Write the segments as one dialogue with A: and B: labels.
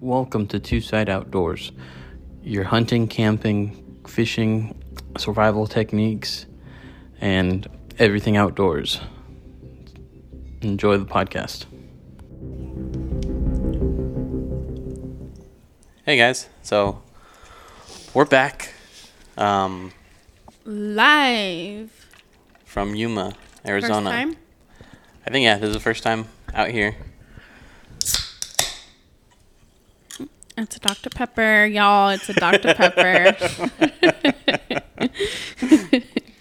A: Welcome to Two Side Outdoors, your hunting, camping, fishing, survival techniques, and everything outdoors. Enjoy the podcast. Hey guys, so we're back um,
B: Live.
A: from Yuma,
B: First
A: Arizona.
B: time.
A: I think yeah, this is the first time out here.
B: It's a Dr. Pepper, y'all. It's a Dr. Pepper.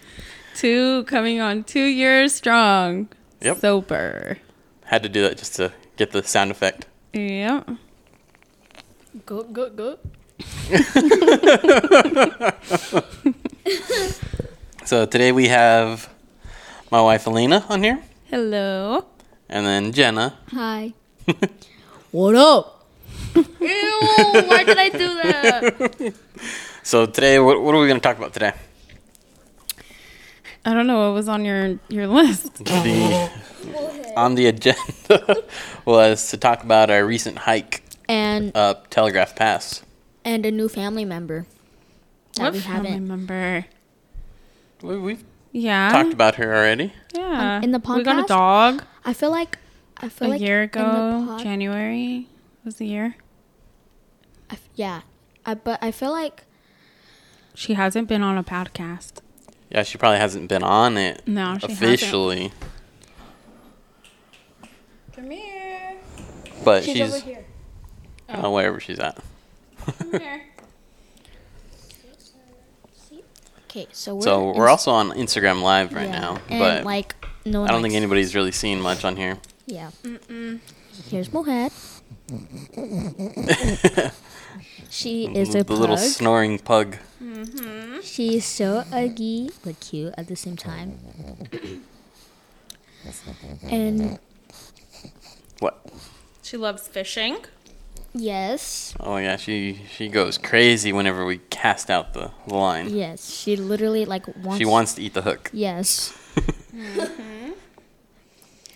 B: two coming on two years strong.
A: Yep.
B: Sober.
A: Had to do that just to get the sound effect.
B: Yep.
C: Go go go.
A: So today we have my wife Alina on here,
B: Hello.
A: and then Jenna.
C: Hi. what up? Ew! Why did I do that?
A: So today, what, what are we going to talk about today?
B: I don't know what was on your your list.
A: The, on the agenda was to talk about our recent hike
C: And
A: up Telegraph Pass.
C: and a new family member that we
B: family
C: haven't.
B: member?
A: We, we've
B: Yeah.
A: talked
C: Um,
A: about her already.
B: yeah.
C: in the
B: We got a
C: podcast?
B: dog
C: I feel like I feel
B: a
C: like
B: year
C: in the
B: ago.
C: pod-
B: January was the year.
C: I f- yeah, I, but I feel like
B: She hasn't been on a podcast.
A: Yeah, she probably hasn't been on it
B: No, she
A: officially,
B: Come here.
A: but she's,
C: here. Oh.
A: uh, wherever she's at.
B: Come here.
C: Okay, so we're
A: So we're also on Instagram Live right
C: yeah,
A: now,
C: and
A: but
C: like no. One
A: I don't think
C: likes-
A: anybody's really seen much on here.
C: Yeah. Here's Mohad. she is a
A: Mm, the little
C: pug.
A: snoring pug.
C: She is so ugly but cute at the same time. And
A: What?
B: She loves fishing.
C: yes,
A: Oh yeah, she she goes crazy whenever we cast out the, the line.
C: yes, she literally like wants.
A: She wants to eat the hook. Mm-hmm.
C: Yes,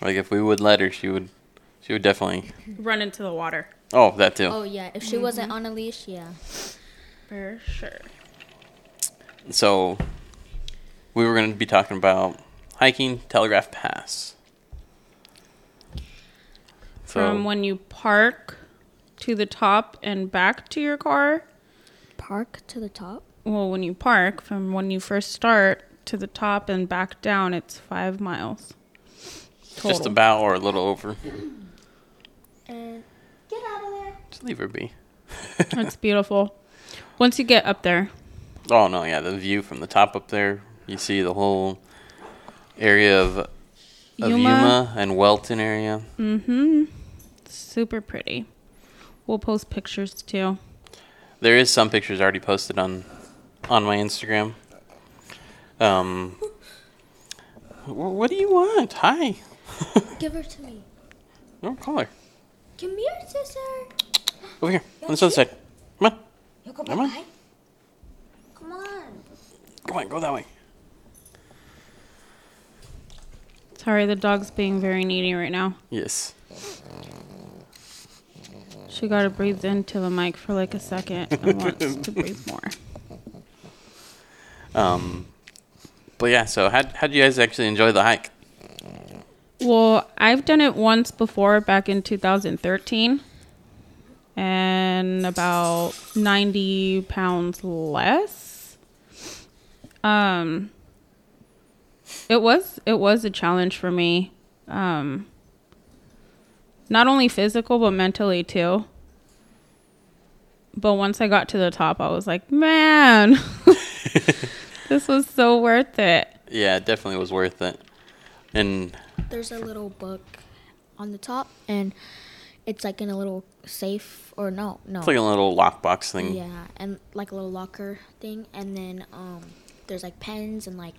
A: Like if we would let her, she would she would definitely.
B: Run into the water.
A: Oh, that too.
C: Oh yeah, if she wasn't on a leash, yeah.
B: For sure.
A: So we were going to be talking about hiking Telegraph Pass. So
B: From when you park to the top and back to your car.
C: Park to the top.
B: Well, when you park, from when you first start to the top and back down, it's five miles. Total.
A: just about or a little over.
C: And get out of there.
A: Just leave her be.
B: It's beautiful. Once you get up there,
A: Oh no, yeah, the view from the top up there, you see the whole area of of Yuma,
B: Yuma,
A: and Welton area.
B: super pretty. We'll post pictures too.
A: There is some pictures already posted on on my Instagram. Um wh- what do you want? Hi.
C: Give her to me.
A: No call her.
C: Come here, sister.
A: Over here. On this other side. Come on.
C: You come
A: Come on. by.
C: Come on.
A: Come on, go that way.
B: Sorry, the dog's being very needy right now.
A: Yes.
B: She got to breathe into the mic for like a second and wants to breathe more.
A: Um, but yeah, so how how do you guys actually enjoy the hike?
B: Well, I've done it once before back in 2013 and about 90 pounds less. Um it was it was a challenge for me. Um not only physical but mentally too. But once I got to the top, I was like, "Man, this was so worth it."
A: Yeah, it definitely was worth it. And
C: There's a little book on the top, and it's like in a little safe or no, no.
A: it's like a little lockbox thing.
C: Yeah, and like a little locker thing, and then um, there's like pens and like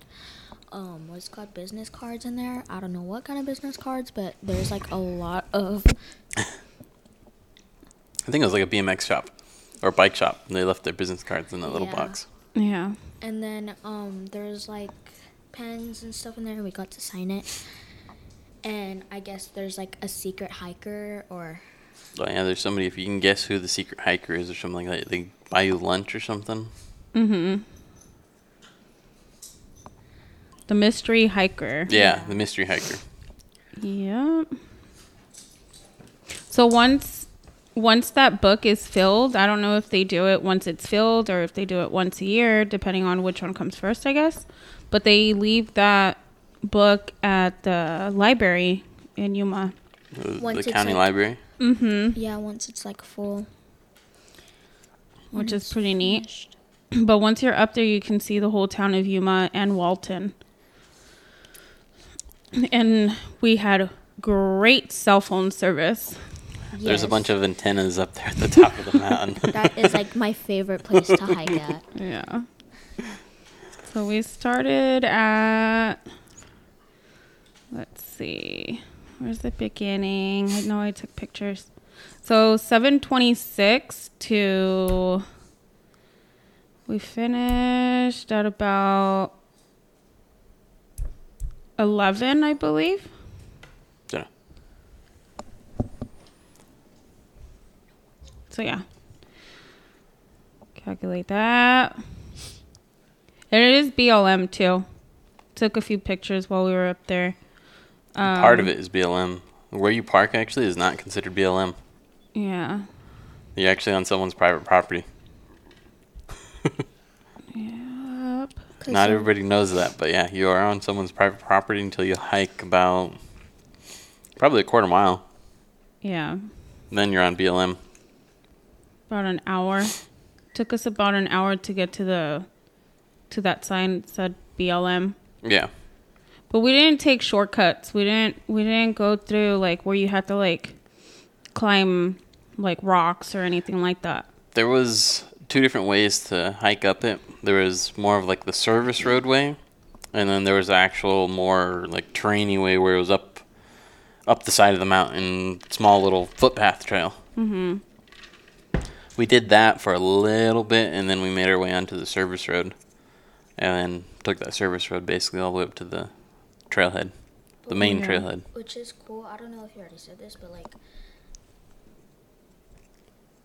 C: um, what's it called business cards in there. I don't know what kind of business cards, but there's like a lot of
A: I think it was like a BMX shop or bike shop. And they left their business cards in that little
C: Yeah.
A: box.
B: Yeah.
C: and then um, there's like pens and stuff in there, and we got to sign it. And I guess there's like a secret hiker or
A: Oh, yeah, there's somebody, if you can guess who the secret hiker is or something like that, they buy you lunch or something.
B: The mystery hiker.
A: Yeah, the mystery hiker.
B: Yep. So once once that book is filled, I don't know if they do it once it's filled or if they do it once a year, depending on which one comes first, I guess. But they leave that book at the library in Yuma.
A: uh, The, the
C: Once it's
A: county
C: like-
A: library.
C: Yeah, once it's like full.
B: Which is pretty neat. But once you're up there, you can see the whole town of Yuma and Walton. And we had great cell phone service.
A: There's a bunch of antennas up there at the top of the mountain.
C: That is like my favorite place to hike at.
B: Yeah. So we started at. Let's see. Where's the beginning? I know I took pictures. So 726 to. We finished at about 11, I believe.
A: Dunno.
B: So yeah. Calculate that. And it is BLM too. Took a few pictures while we were up there.
A: Part of it is BLM. Where you park actually is not considered BLM.
B: Yeah.
A: You're actually on someone's private property.
B: Up.
C: 'Cause
A: Not
C: you-
A: everybody knows that, but yeah, you are on someone's private property until you hike about probably a quarter mile.
B: Yeah.
A: Then you're on BLM.
B: About an hour. Took us about an hour to get to the to that sign that said BLM.
A: Yeah.
B: But we didn't take shortcuts. We didn't we didn't go through like where you had to like climb like rocks or anything like that.
A: There was two different ways to hike up it. There was more of like the service roadway, and then there was the actual more like terrainy way where it was up up the side of the mountain, small little footpath trail. Mm-hmm. We did that for a little bit, and then we made our way onto the service road, and then took that service road basically all the way up to the trailhead, the main
B: Yeah.
A: trailhead.
C: Which is cool. I don't know if you already said this, but like,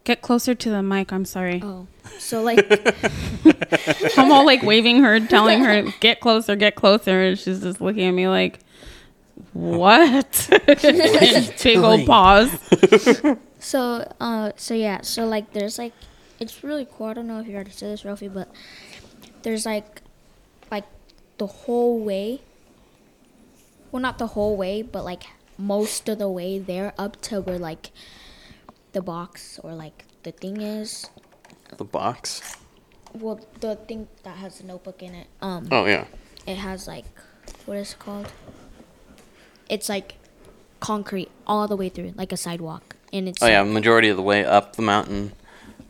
B: Get closer to the mic, I'm sorry.
C: oh, so like
B: I'm all like waving her, telling her, get closer, get closer. And she's just looking at me like, what? Big old
A: doing?
B: pause.
C: So, uh, so yeah, so like there's like, it's really cool. I don't know if you already said this, Ralphie, but there's like, like the whole way. Well, not the whole way, but like most of the way there up to where like the box or like the thing is.
A: The box.
C: Well, the thing that has the notebook in it. Um,
A: Oh yeah.
C: it has like, what is it called? It's like concrete all the way through, like a sidewalk, and it's
A: Oh yeah. Majority of the way up the mountain,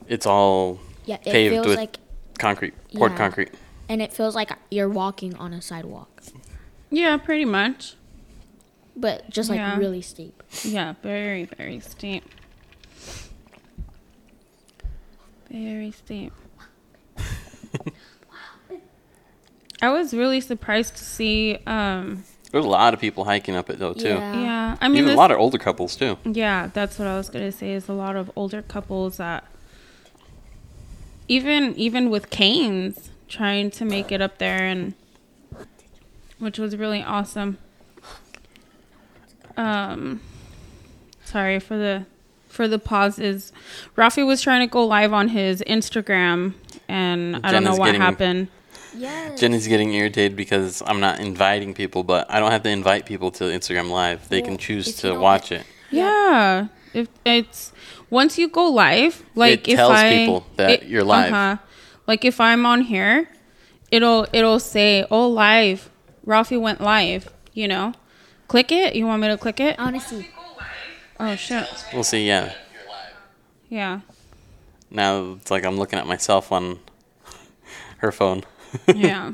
A: it's all
C: yeah, it
A: paved
C: feels
A: with
C: like
A: concrete, poured
C: Yeah.
A: concrete.
C: and it feels like you're walking on a sidewalk,
B: Yeah, pretty much.
C: but just like
B: Yeah.
C: really steep.
B: Yeah, very, very steep. Very steep. I was really surprised to see. Um,
A: There's a lot of people hiking up it though too.
C: Yeah.
B: yeah, I mean,
A: Even
B: this-
A: a lot of older couples too.
B: Yeah, that's what I was gonna say. Is a lot of older couples that even even with canes trying to make it up there, and which was really awesome. Um, sorry for the for the pauses. Rafi was trying to go live on his Instagram, and I don't
A: Jenna's
B: know what
A: getting-
B: happened.
C: Yes.
A: Jenny's getting irritated because I'm not inviting people, but I don't have to invite people to Instagram Live. They can
C: Well,
A: choose
C: if you
A: to
C: don't-
A: watch it.
B: Yeah. If it's once you go live, like if
A: tells
B: I, uh-huh.
A: people that you're live.
B: Like if I'm on here, it'll it'll say, "Oh, live, Ralphie went live." You know, click it. You want me to click it?
C: Honestly,
B: Oh shit!
A: We'll see. Yeah.
B: Yeah,
A: Now it's like I'm looking at myself on her phone.
B: yeah.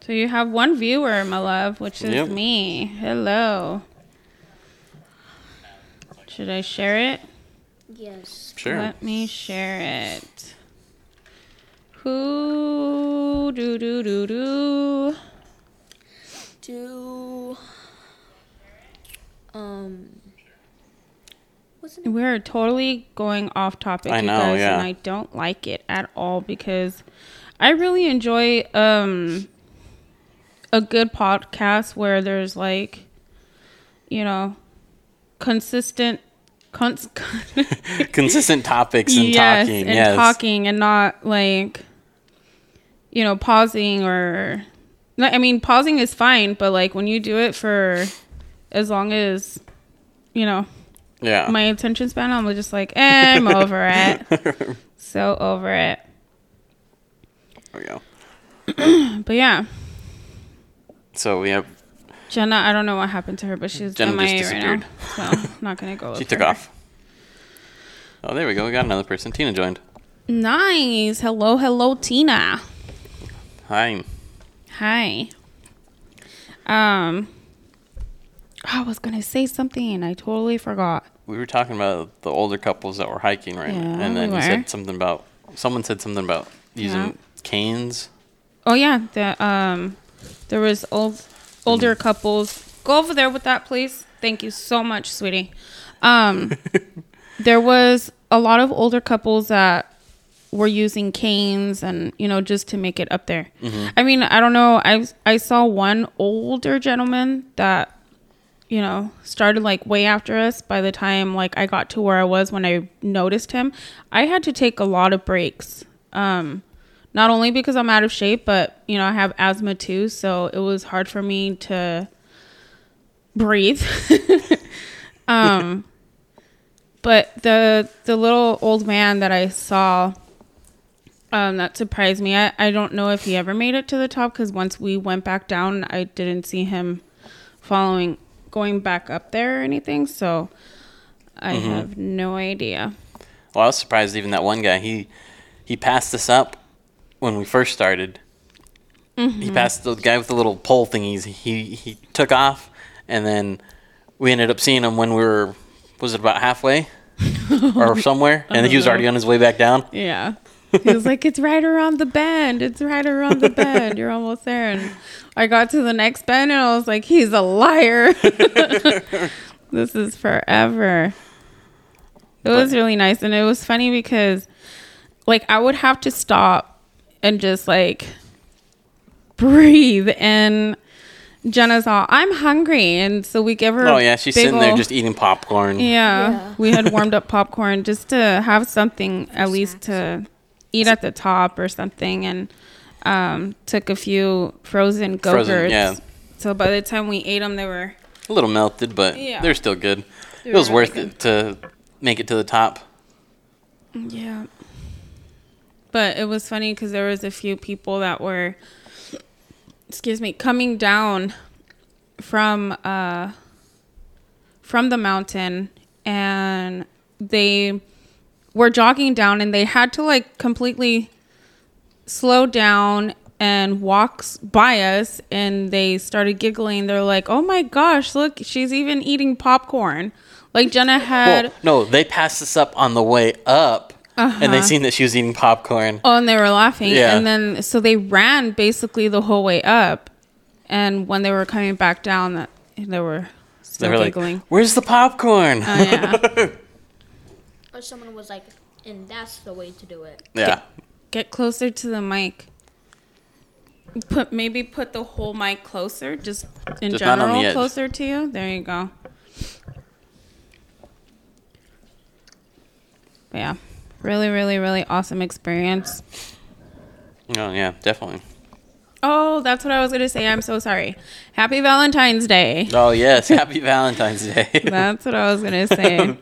B: so you have one viewer, my love, which is
A: Yep.
B: me. Hello. Should I share it?
C: yes.
A: Sure.
B: Let me share it. Who do do do do?
C: To um Wasn't it?
B: We're totally going off topic,
A: I
B: you
A: know,
B: guys,
A: yeah.
B: and I don't like it at all because I really enjoy um a good podcast where there's like, you know, consistent, cons-
A: Consistent topics and
B: yes,
A: talking.
B: and
A: yes.
B: talking, and not like, you know, pausing or, no, I mean, pausing is fine, but like when you do it for as long as, you know
A: Yeah.
B: my attention span. I'm just like, eh, I'm over it. So over it.
A: there we go.
B: But yeah,
A: So we have.
B: Jenna, I don't know what happened to her, but she's
A: Jenna
B: MIA
A: just
B: right now. So not gonna go.
A: She
B: look
A: took
B: for her.
A: off. Oh, there we go. We got another person. Tina joined.
B: Nice. Hello, hello, Tina.
A: Hi.
B: Hi. Um, I was gonna say something and I totally forgot.
A: We were talking about the older couples that were hiking, right?
B: Yeah,
A: and then
B: we
A: you
B: were.
A: said something about. Someone said something about using
B: Yeah.
A: canes.
B: Oh yeah, the um, there was old older couples. Go over there with that, please. Thank you so much, sweetie. Um, there was a lot of older couples that were using canes and you know just to make it up there. I mean, I don't know. I I saw one older gentleman that you know started like way after us. By the time like I got to where I was when I noticed him, I had to take a lot of breaks. Um, not only because I'm out of shape, but you know I have asthma too, so it was hard for me to breathe. um, but the the little old man that I saw um, that surprised me. I, I don't know if he ever made it to the top because once we went back down, I didn't see him following going back up there or anything. So I have no idea.
A: Well, I was surprised even that one guy. He he passed us up when we first started.
B: Mm-hmm.
A: He passed the guy with the little pole thingies. He he took off, and then we ended up seeing him when we were was it about halfway or somewhere, and he was already on his way back down.
B: Yeah. He was like, it's right around the bend. It's right around the bend. You're almost there. And I got to the next bend and I was like, he's a liar. this is forever. It was really nice. And it was funny because, like, I would have to stop and just, like, breathe. And Jenna's all, I'm hungry. And so we give her.
A: Oh
B: a
A: yeah, she's
B: big
A: sitting there
B: ol'
A: just eating popcorn.
B: Yeah,
C: Yeah.
B: we had warmed up popcorn just to have something at least to eat at the top or something, and um, took a few frozen go-gurts.
A: Frozen, yeah.
B: So by the time we ate them, they were
A: A little melted, but
B: Yeah.
A: they're still good.
B: They
A: it was
B: were really
A: worth it to make it to the top.
B: yeah. But it was funny because there was a few people that were, excuse me, coming down from uh from the mountain and they were jogging down and they had to like completely slow down and walks by us and they started giggling they're like oh my gosh look she's even eating popcorn like jenna had
A: Well, no, they passed us up on the way up, and they seen that she was eating popcorn.
B: Uh-huh. Oh, and they were laughing.
A: Yeah.
B: And then, so they ran basically the whole way up. And when they were coming back down, that they were
A: They
B: still
A: were like,
B: giggling.
A: "Where's the popcorn?"
B: Oh, yeah.
C: Or someone was like, and that's the way to do it.
A: yeah.
B: Get closer to the mic. Put maybe put the whole mic closer, just in
A: Just not on the
B: general
A: edge.
B: closer to you. There you go. But yeah, really, really, really awesome experience.
A: Oh yeah, definitely.
B: Oh, that's what I was gonna say. I'm so sorry. Happy Valentine's Day.
A: Oh yes, happy Valentine's Day.
B: That's what I was gonna say.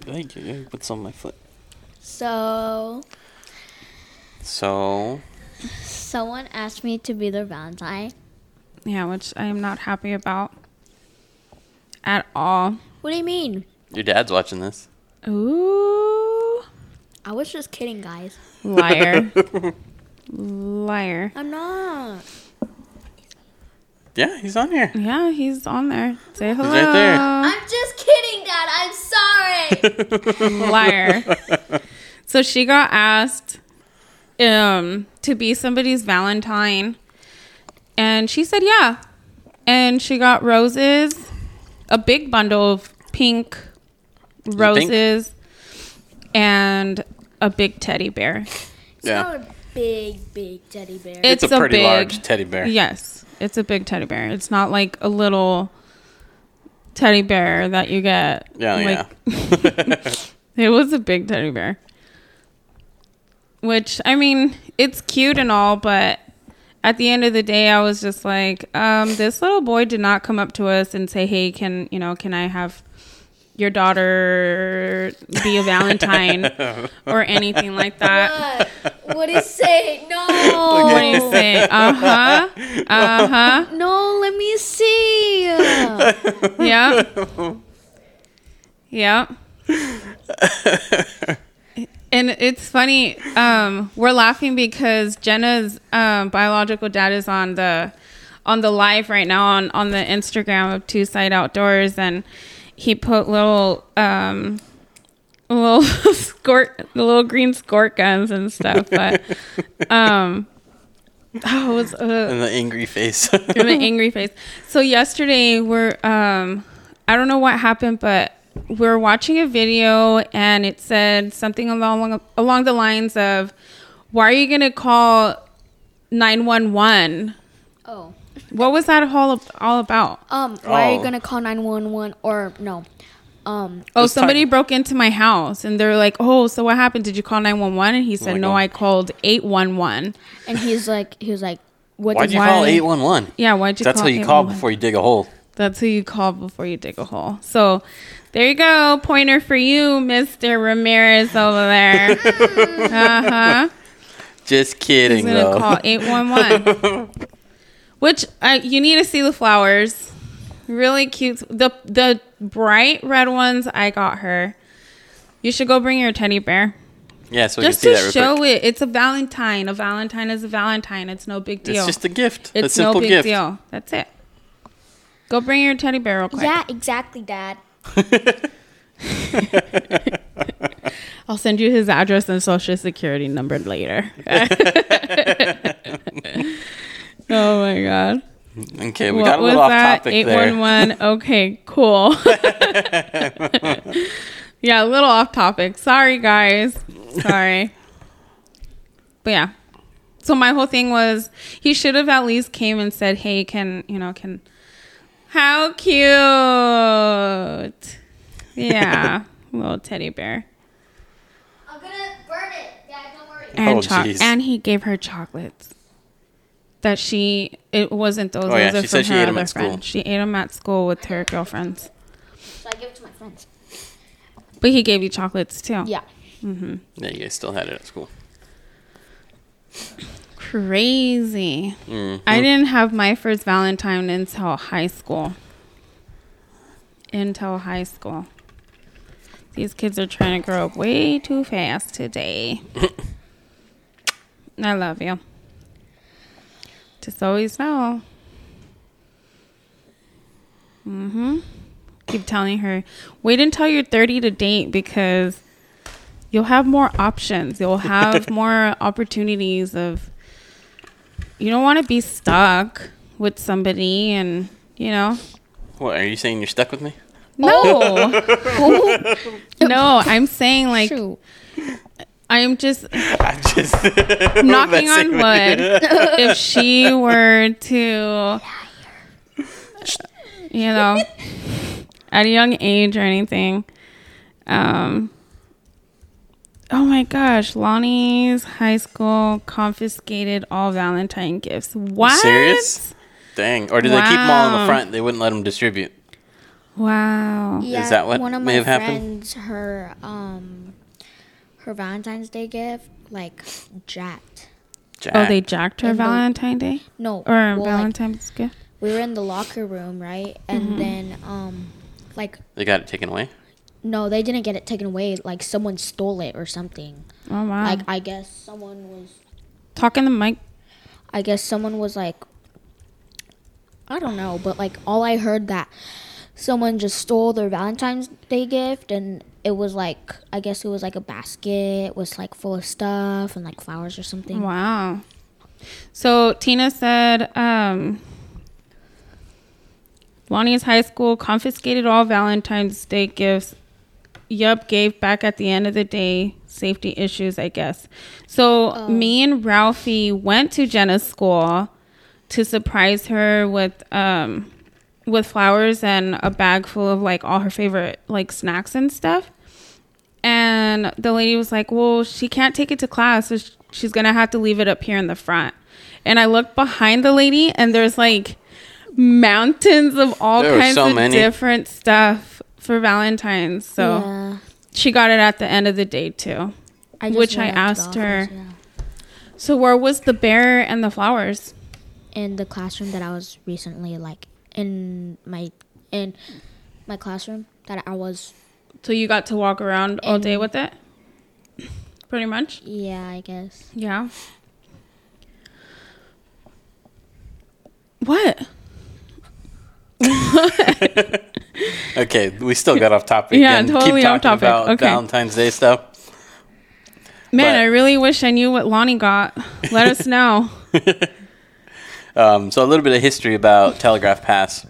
A: Thank you. What's on my foot?
C: So
A: So
C: someone asked me to be their Valentine.
B: yeah, which I am not happy about at all.
C: What do you mean?
A: your dad's watching this.
B: Ooh,
C: I was just kidding, guys.
B: liar, liar.
C: I'm not.
A: yeah, he's on here.
B: Yeah, he's on there. Say hello,
A: right there.
C: I'm just kidding, Dad. I'm sorry.
B: liar. So she got asked um to be somebody's Valentine, and she said yeah, and she got roses, a big bundle of pink
A: You think?
B: roses and a big teddy bear.
C: It's
A: Yeah.
C: not a big, big teddy bear.
A: It's, a, pretty
B: big-
A: large teddy bear.
B: Yes, it's a big teddy bear. It's not like a little teddy bear that you get.
A: Yeah,
B: like, It was a big teddy bear. Which I mean, it's cute and all, but at the end of the day, I was just like, um, this little boy did not come up to us and say, "Hey, can you know, can I have your daughter be a Valentine or anything like that?"
C: What? what is say? No.
B: What do you say? Uh huh. Uh huh.
C: No, let me see. Uh,
B: Yeah. yeah. and it's funny. Um, we're laughing because Jenna's um, biological dad is on the on the live right now on on the Instagram of Two Side Outdoors, and he put little um, little squirt, the little green squirt guns and stuff. But um, oh, it was. Uh,
A: And the angry face.
B: I'm an angry face. So yesterday we're um I don't know what happened, but we're watching a video and it said something along along the lines of why are you gonna call nine one one?
C: oh.
B: What was that all all about?
C: Um, why are
A: Oh.
C: you gonna call 911 or no? Um,
B: Oh,
A: Let's talk-
B: somebody broke into my house and they're like, Oh, so what happened? Did you call nine one one? And he said,
A: Oh my
B: No,
A: God.
B: I called eight one one.
C: and he's like, he was like, what?
A: Why'd
C: did
A: you
B: Why-
A: call 811?
B: Yeah, why'd you
A: That's
B: call
A: how you call
B: 811?
A: before you dig a hole.
B: That's who you call before you dig a hole. So there you go. Pointer for you, Mr. Ramirez over there. uh huh.
A: Just
B: He's
A: kidding,
B: going
A: though.
B: to call 811. Which I, you need to see the flowers. Really cute. The, the bright red ones I got her. You should go bring your teddy bear.
A: yeah, so we
B: Just
A: can see
B: to
A: that real
B: show
A: quick.
B: it. It's a Valentine. A Valentine is a Valentine. It's no big deal.
A: It's just a gift. a
B: It's no
A: simple
B: big
A: gift.
B: deal. That's it. Go bring your teddy bear real quick.
C: yeah, exactly, Dad.
B: I'll send you his address and social security number later. oh my god.
A: Okay, we got a little off topic there.
B: 811. Okay, cool. yeah, a little off topic. Sorry guys. Sorry. But yeah. So my whole thing was he should have at least came and said, "Hey, can, you know, can How cute." Yeah, little teddy bear.
C: I'm gonna burn it, Dad. Don't worry.
B: and
A: Oh,
B: cho-
A: jeez.
B: and he gave her chocolates that she it wasn't those
A: Oh, yeah,
B: those are
A: she
B: from
A: said she
B: her
A: ate 'em
B: other
A: at school.
B: friend she ate them at school with her girlfriends
C: So I give it to my friends.
B: but he gave you chocolates too
C: Yeah.
A: Yeah, you guys still had it at school.
B: crazy i didn't have my first valentine until high school until high school these kids are trying to grow up way too fast today i love you just always know Mm-hmm. keep telling her, wait until you're 30 to date because you'll have more options. You'll have more opportunities of you don't want to be stuck with somebody and you know.
A: What, are you saying you're stuck with me?
B: No.
A: Oh.
B: no, I'm saying like
C: Shoot.
B: I'm just
A: I'm just
B: knocking
A: messing
B: on
A: with
B: wood if she were to you know at a young age or anything um oh my gosh lonnie's high school confiscated all valentine gifts what
A: Serious? Dang. Or do they keep them all in the
B: Wow.
A: front? They wouldn't let them distribute.
B: wow
C: Yeah,
A: that what
C: one of
A: may
C: my
A: have happened?
C: friends, her um, her Valentine's Day gift like jacked.
A: Jack.
B: oh they jacked her
C: And the-
B: valentine day
C: No,
B: or
C: well, like,
B: valentine's gift
C: we were in the locker room, right? And then um, like
A: They got it taken away?
C: no, they didn't get it taken away. Like someone stole it or something.
B: oh wow
C: Like I guess someone was.
B: talking the mic
C: I guess someone was like. I don't know, but like all I heard that someone just stole their Valentine's Day gift, and it was like I guess it was like a basket was like full of stuff and like flowers or something.
B: Wow. So Tina said, um, Juania's high school confiscated all Valentine's Day gifts. Yup, gave back at the end of the day. Safety issues, I guess. So me and Ralphie went to Jenna's school to surprise her with um with flowers and a bag full of like all her favorite like snacks and stuff. And the lady was like, "Well, she can't take it to class, so sh- she's gonna have to leave it up here in the front." And I looked behind the lady, and there's like mountains of all
A: There were
B: kinds
A: so
B: of
A: many.
B: different stuff for Valentine's. So
C: yeah,
B: she got it at the end of the day too.
C: just
B: which I
C: went up to the
B: asked her.
C: office, yeah.
B: So where was the bear and the flowers?
C: in the classroom that I was recently like in my in my classroom that I was.
B: So you got to walk around all day
C: And-
B: with it, pretty much.
C: Yeah, I guess
B: Yeah. What?
A: Okay, we still got off topic.
B: Yeah,
A: and
B: totally
A: Keep
B: off
A: talking
B: topic.
A: about
B: Okay.
A: Valentine's Day stuff.
B: Man,
A: But-
B: I really wish I knew what Lonnie got. Let us know.
A: Um, so a little bit of history about Telegraph Pass.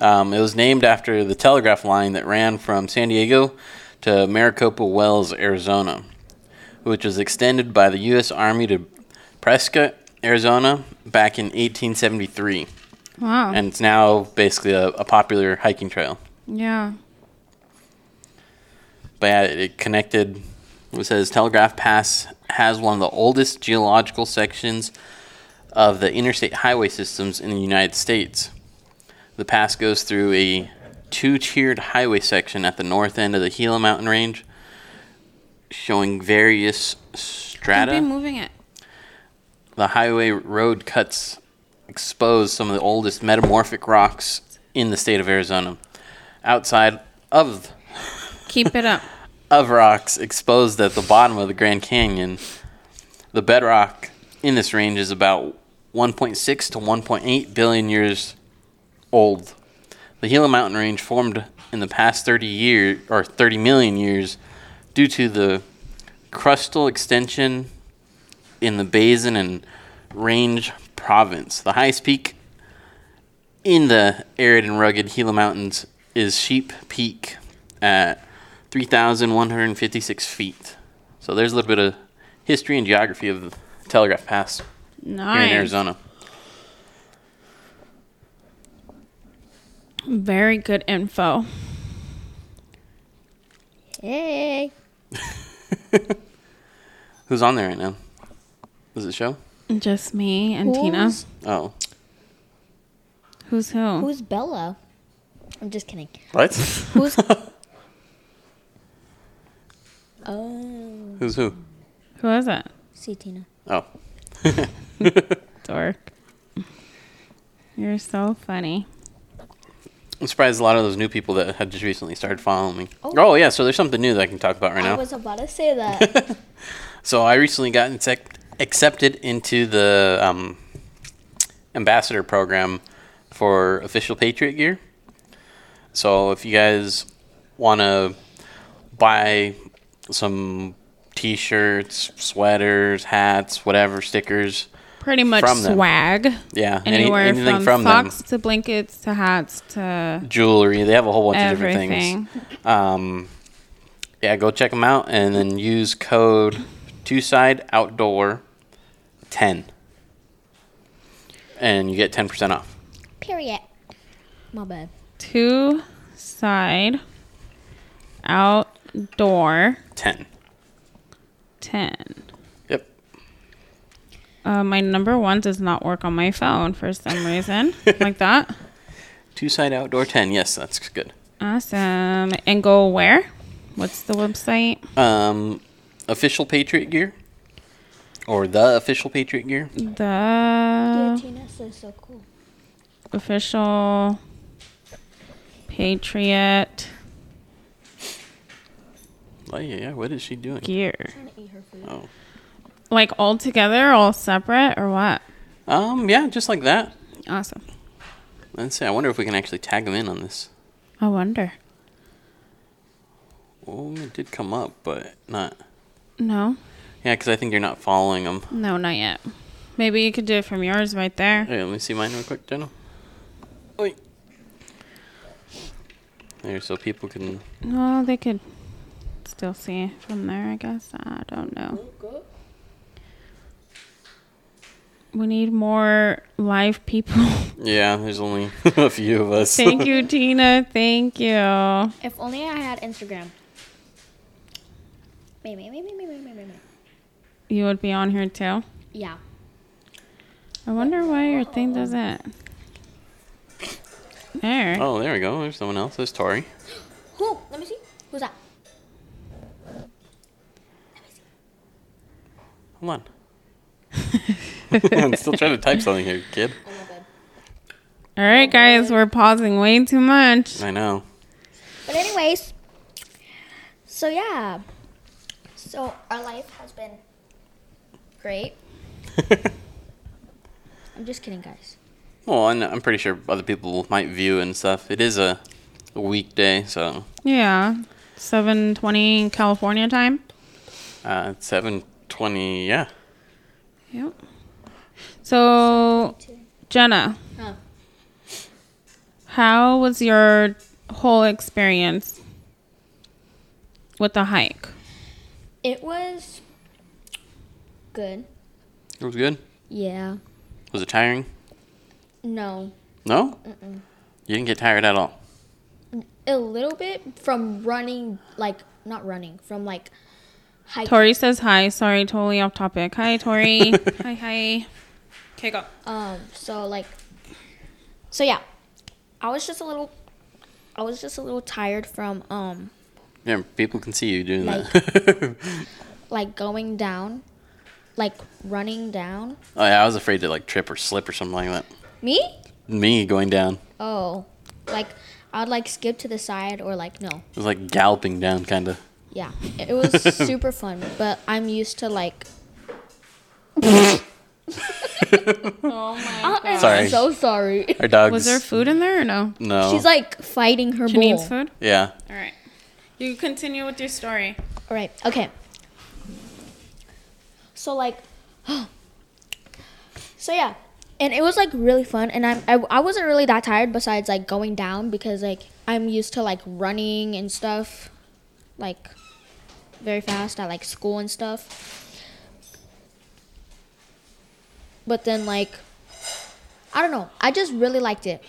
A: Um, it was named after the telegraph line that ran from San Diego to Maricopa Wells, Arizona, which was extended by the U.S. Army to Prescott, Arizona, back in 1873,
B: Wow.
A: and it's now basically a, a popular hiking trail.
B: yeah.
A: But yeah, it connected. It says Telegraph Pass has one of the oldest geological sections of the interstate highway systems in the United States. The pass goes through a two tiered highway section at the north end of the Gila Mountain Range, showing various
B: Don't be
A: strata.
B: moving it.
A: The highway road cuts expose some of the oldest metamorphic rocks in the state of Arizona. Outside of
B: Keep it up.
A: of rocks exposed at the bottom of the Grand Canyon. The bedrock in this range is about 1.6 to 1.8 billion years old. The Gila Mountain Range formed in the past 30 year or 30 million years due to the crustal extension in the basin and range province. The highest peak in the arid and rugged Gila Mountains is Sheep Peak at 3,156 feet. So there's a little bit of history and geography of the Telegraph Pass here
B: Nice.
A: in Arizona.
B: Very good info.
C: hey,
A: Who's on there right now? Is it show?
B: Just me and Tina.
C: Who's-
A: Oh.
B: Who's who?
C: who's Bella? I'm just kidding.
A: What?
C: Who's oh,
A: Who's who?
B: who is it?
C: see Tina.
A: Oh.
B: Dork. You're so funny.
A: I'm surprised a lot of those new people that had just recently started following me. Oh,
C: Oh.
A: yeah, so there's something new that I can talk about right now.
C: I was about to say that.
A: so I recently got insect- accepted into the um, ambassador program for official Patriot gear. So if you guys want to buy some t-shirts, sweaters, hats, whatever, stickers,
B: Pretty much
A: From them.
B: swag.
A: yeah, any-
B: Anywhere
A: anything
B: from,
A: from them,
B: socks to blankets to hats to
A: jewelry, they have a whole bunch of different things.
B: everything.
A: um, yeah, go check them out and then use code two side outdoor ten, and you get ten percent off.
C: Period. My bad.
B: Two side outdoor
A: Ten.
B: 10.
A: Yep.
B: Uh, my number one does not work on my phone for some reason. like that.
A: Two side outdoor ten. Yes, that's good.
B: Awesome. And go where? What's the website?
A: Um, official Patriot gear, or the official Patriot gear.
C: Yeah,
B: The
C: Tina says so cool.
B: official Patriot
A: Oh yeah, yeah. What is she doing?
B: gear.
C: I'm gonna eat her food.
A: Oh.
B: Like all together, all separate, or what?
A: Um. Yeah, just like that.
B: Awesome.
A: Let's see. I wonder if we can actually tag them in on this.
B: I wonder.
A: Oh, it did come up, but not.
B: No,
A: Yeah, because I think you're not following them.
B: no, not yet. Maybe you could do it from yours right there.
A: Hey, let me see mine real quick, Jenna. Wait. there so people can.
B: Well, they could still see from there, I guess. I don't know. We need more live people.
A: Yeah, there's only a few of us.
B: Thank you, Tina. Thank you.
C: If only I had Instagram. Wait, wait, wait, wait, wait, wait, wait, wait.
B: You would be on here too.
C: Yeah.
B: I wonder why your thing doesn't. There.
A: oh, there we go. There's someone else. There's Tori.
C: Who? Let me see. Who's that?
A: Hold on. I'm still trying to type something here, kid.
C: Oh my god.
B: All right, guys, we're pausing way too much.
A: I know.
C: But anyways, so yeah. So our life has been great. I'm just kidding, guys.
A: well, and I'm pretty sure other people might view and stuff. It is a, a weekday, so
B: Yeah. 7:20 California time.
A: uh, it's 7:20. Yeah.
B: Yep. So, Jenna,
C: Huh.
B: how was your whole experience with the hike?
C: It was good.
A: It was good.
C: Yeah.
A: Was it tiring?
C: No.
A: No. You didn't get tired at all.
C: A little bit from running, like not running, from like hiking.
B: Tori says hi. Sorry, totally off topic. Hi, Tori. hi, hi. Okay, go.
C: Um, so like, so yeah, I was just a little, I was just a little tired from um,
A: Yeah, people can see you doing that.
C: like going down, like running down.
A: oh yeah, I was afraid to like trip or slip or something like that.
C: Me?
A: Me going down.
C: Oh, like I'd like skip to the side or like no.
A: It was like galloping down, kind of.
C: Yeah, it was super fun, but I'm used to like.
B: Oh my.
C: I'm
A: Sorry.
C: so sorry.
A: Our dogs.
B: Was there food in there or no?
A: No.
C: She's like fighting her
B: She needs
C: bowl.
B: food.
A: yeah.
B: All right. You continue with your story.
C: All right. Okay. So like, so yeah, and it was like really fun, and I'm I, I wasn't really that tired besides like going down because like I'm used to like running and stuff, like very fast at like school and stuff. But then like, I don't know. I just really liked it.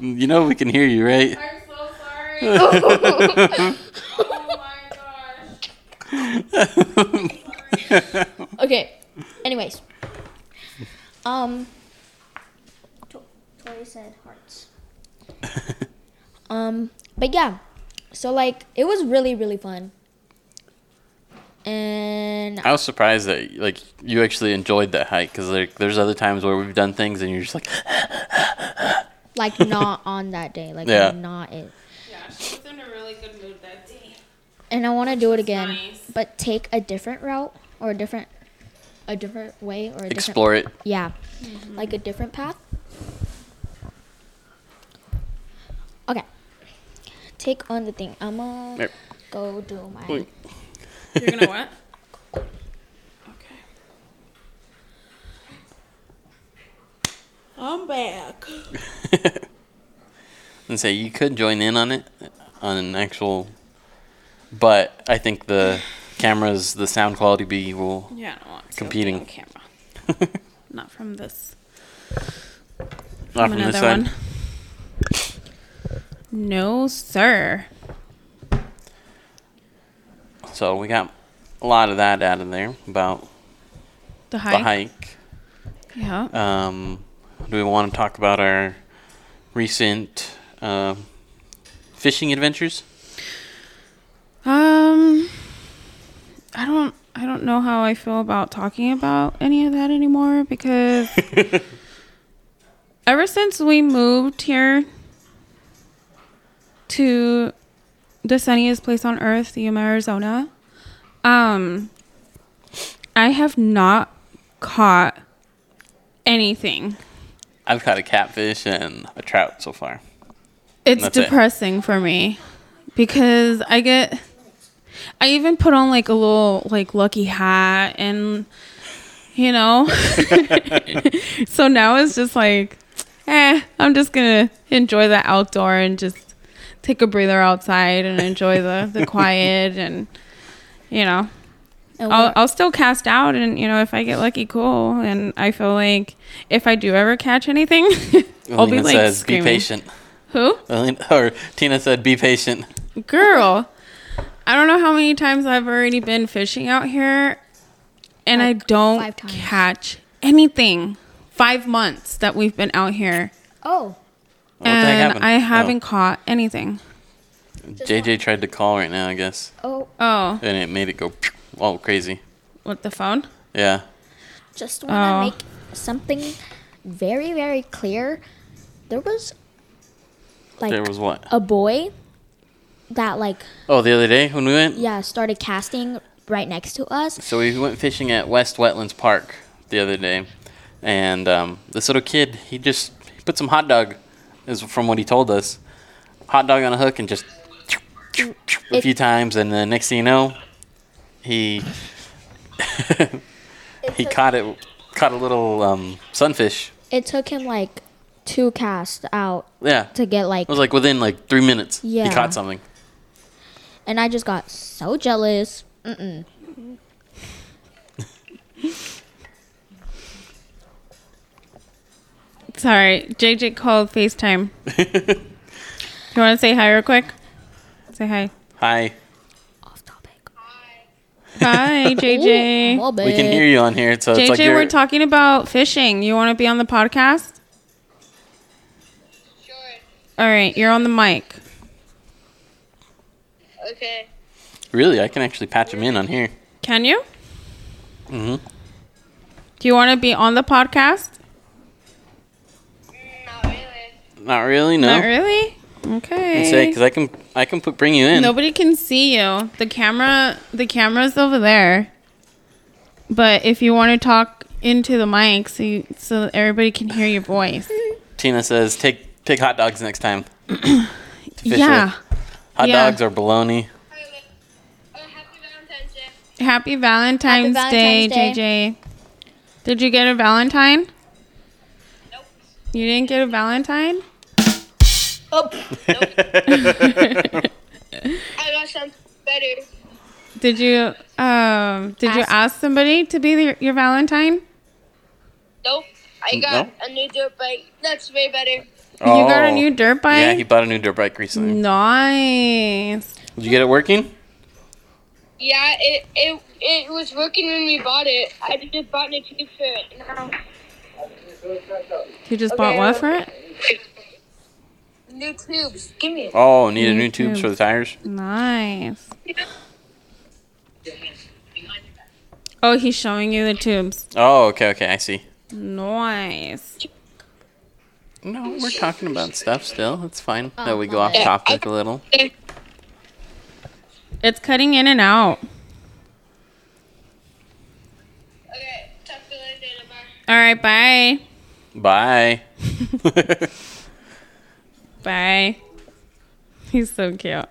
A: You know we can hear you, right?
B: I'm so sorry. oh my gosh.
C: Okay. Anyways. Um. Tori said hearts. um. But yeah. So like, it was really really fun. And
A: I was surprised that like you actually enjoyed that hike because like there's other times where we've done things and you're just like
C: like not on that day. Like
A: Yeah.
C: not it.
B: Yeah, she was in a really good mood that day.
C: And I want to do it again,
B: nice.
C: but take a different route or a different, a different way or a different
A: explore it.
C: Yeah. Like a different path. Okay. Take on the thing. I'm gonna
A: Yep.
C: go do my.
A: Oink.
B: You're gonna what? Okay. I'm back.
A: and say you could join in on it on an actual, but I think the cameras, the sound quality be will.
B: Yeah, I don't want to
A: Competing.
B: be on camera. Not from this.
A: Not from
B: another
A: this side.
B: one. No, sir.
A: So we got a lot of that out of there about
B: The hike.
A: the hike.
B: Yeah.
A: Um, do we want to talk about our recent uh, fishing adventures?
B: Um, I don't, I don't know how I feel about talking about any of that anymore because ever since we moved here to the sunniest place on earth, Yuma, Arizona, um, I have not caught anything.
A: I've caught a catfish and a trout so far.
B: It's
A: That's it.
B: depressing for me because I get I even put on like a little like lucky hat and you know so now it's just like eh, I'm just gonna enjoy the outdoor and just take a breather outside and enjoy the the quiet and you know
C: And
B: I'll,
C: we're-
B: I'll still cast out and you know if i get lucky cool and i feel like if i do ever catch anything i'll be
A: Alina
B: like
A: says,
B: screaming.
A: "Be patient."
B: who
A: Alina, or Tina said, "Be patient."
B: girl i don't know how many times i've already been fishing out here and i
C: Like
B: don't
C: five times.
B: catch anything five months that we've been out here
C: oh,
A: What the heck
B: and
A: happened?
B: i
A: Oh,
B: haven't caught anything
A: JJ tried to call right now, I guess,
C: oh,
B: oh
A: and it made it go all crazy.
B: with the phone
A: Yeah.
C: just want
B: Oh.
C: to make something very, very clear. There was like
A: There was what?
C: a boy that like
A: Oh, the other day when we went.
C: yeah started casting right next to us.
A: So we went fishing at West Wetlands Park the other day, and um, this little kid he just he put some hot dog, is from what he told us, hot dog on a hook and just a
C: It-
A: few times, and the next thing you know, he he caught it caught a little um, sunfish.
C: It took him like two casts out
A: Yeah,
C: to
A: it
C: get like,
A: was like within like three minutes. he
C: Yeah.
A: caught something.
C: and I just got so jealous.
B: sorry jj called facetime you want to say hi real quick say hi
A: Hi,
C: Off topic.
B: hi jj
C: Ooh,
A: we can hear you on here. So
B: JJ,
A: it's like you're,
B: we're talking about fishing. You want to be on the podcast?
D: Sure.
B: All right, you're on the mic.
D: Okay.
A: really. I can actually patch him in on here.
B: Can you?
A: Mhm.
B: Do you want to be on the podcast?
D: Mm, Not really.
A: Not really. No.
B: Not really. Okay.
A: because I can I can put, bring you in.
B: Nobody can see you. The camera, the camera's over there. But if you want to talk into the mic, so you, so everybody can hear your voice.
A: Tina says take take hot dogs next time. To fish
B: yeah.
A: with. Hot
B: yeah.
A: dogs or bologna.
D: Oh, happy Valentine's Day.
B: Happy Valentine's,
C: Valentine's
B: Day, JJ. Did you get a Valentine?
D: Nope.
B: You didn't get a Valentine?
D: I got something better.
B: Did you um did you
C: Ask-
B: ask somebody to be the, your Valentine?
D: Nope. I got a new dirt bike. That's way better.
B: You got a new dirt bike?
A: Oh. Yeah, he bought a new dirt bike recently.
B: nice.
A: Did you get it working?
D: Yeah, it it, it was working when we bought it. I just bought a tube for it now.
B: You just bought
D: Okay.
B: what for it?
D: New tubes. Give me it.
A: Oh, need a new
B: New
A: tubes for the
B: tubes.
A: tires.
B: Nice. Oh, he's showing you the tubes.
A: Oh, okay, okay, I see.
B: Nice.
A: No, we're talking about stuff still. It's fine.
C: Oh,
A: that we go
C: my
A: off
D: bad.
A: topic a little.
B: It's cutting in and out.
D: Okay. Talk to you later. Bye.
B: All right, bye.
A: Bye.
B: Bye. He's so cute.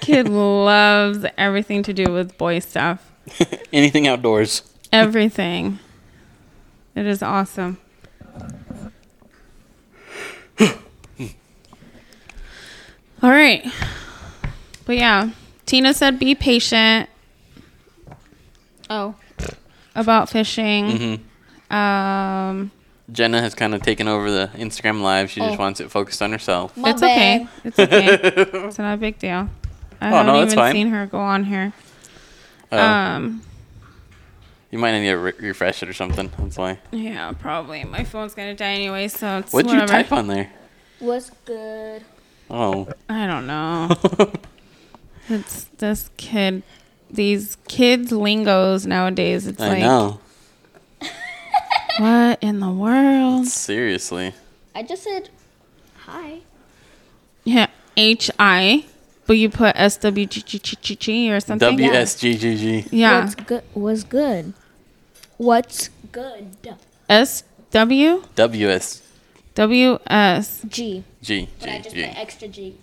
B: kid loves everything to do with boy stuff.
A: Anything outdoors.
B: Everything. It is awesome. All right. But yeah, Tina said be patient
C: Oh,
B: about fishing.
A: hmm
B: Um,
A: Jenna has kind of taken over the Instagram live. She
C: Oh.
A: just wants it focused on herself.
C: my
B: it's okay.
C: bad.
B: It's okay. it's not a big deal. I
A: Oh, no,
B: haven't
A: that's
B: even
A: fine.
B: seen her go on here.
A: Oh,
B: Um,
A: you might need to re- refresh it or something. That's why.
B: yeah, probably. My phone's gonna die anyway, so it's
A: What'd
B: whatever.
A: you type on there?
C: What's good?
A: Oh.
B: I don't know. It's this kid, these kids' lingos nowadays. It's
A: I
B: like,
A: know.
B: what in the world?
A: Seriously.
C: I just said hi.
B: Yeah, H I, but you put S W G G G G G or something.
A: WSGGG.
B: yeah,
C: What's good? What's good? What's good?
B: S W
A: WSGG.
B: W S.
C: G. But I just put extra G.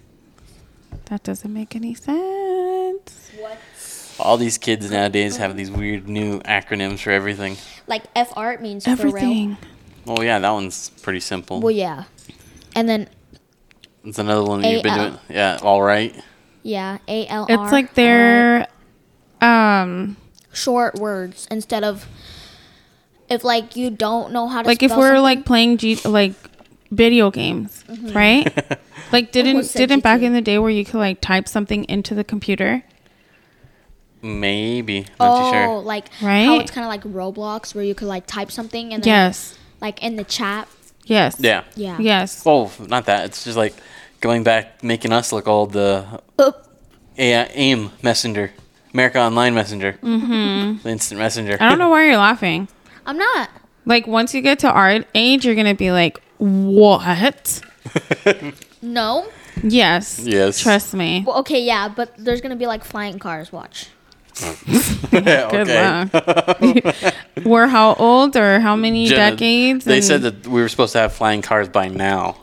B: That doesn't make any sense.
C: What's
A: All these kids nowadays have these weird new acronyms for everything.
C: like F art means for real.
B: Everything.
A: Oh yeah, that one's pretty simple.
C: Well, yeah. and then
A: It's another one that you've been
C: AL.
A: doing. Yeah, all right.
C: yeah, A L R.
B: It's like their um
C: short words instead of if like you don't know how to
B: like if
C: spell
B: we're
C: something-
B: like playing G- like video games, right? like didn't
C: Mm-hmm. Almost said
B: didn't back
C: GTA.
B: in the day where you could like type something into the computer,
A: Maybe. Not
C: oh
A: too sure.
C: like how
B: Right?
C: it's kind of like Roblox where you could like type something and then,
B: Yes.
C: like in the chat
B: Yes.
A: Yeah.
C: yeah
B: Yes.
A: Oh, not that. It's just like going back, making us look old. The
C: Oop.
A: AI, AIM Messenger, America Online Messenger, mm-hmm. the instant messenger.
B: I don't know why you're laughing.
C: I'm not
B: Like once you get to our age, you're gonna be like, what?
C: no
B: Yes.
A: Yes.
B: Trust me.
C: well, okay yeah but there's gonna be like flying cars watch
A: Yeah,
B: Good
A: okay.
B: We're how old or how many
A: Jenna,
B: decades?
A: They
B: and
A: said that we were supposed to have flying cars by now.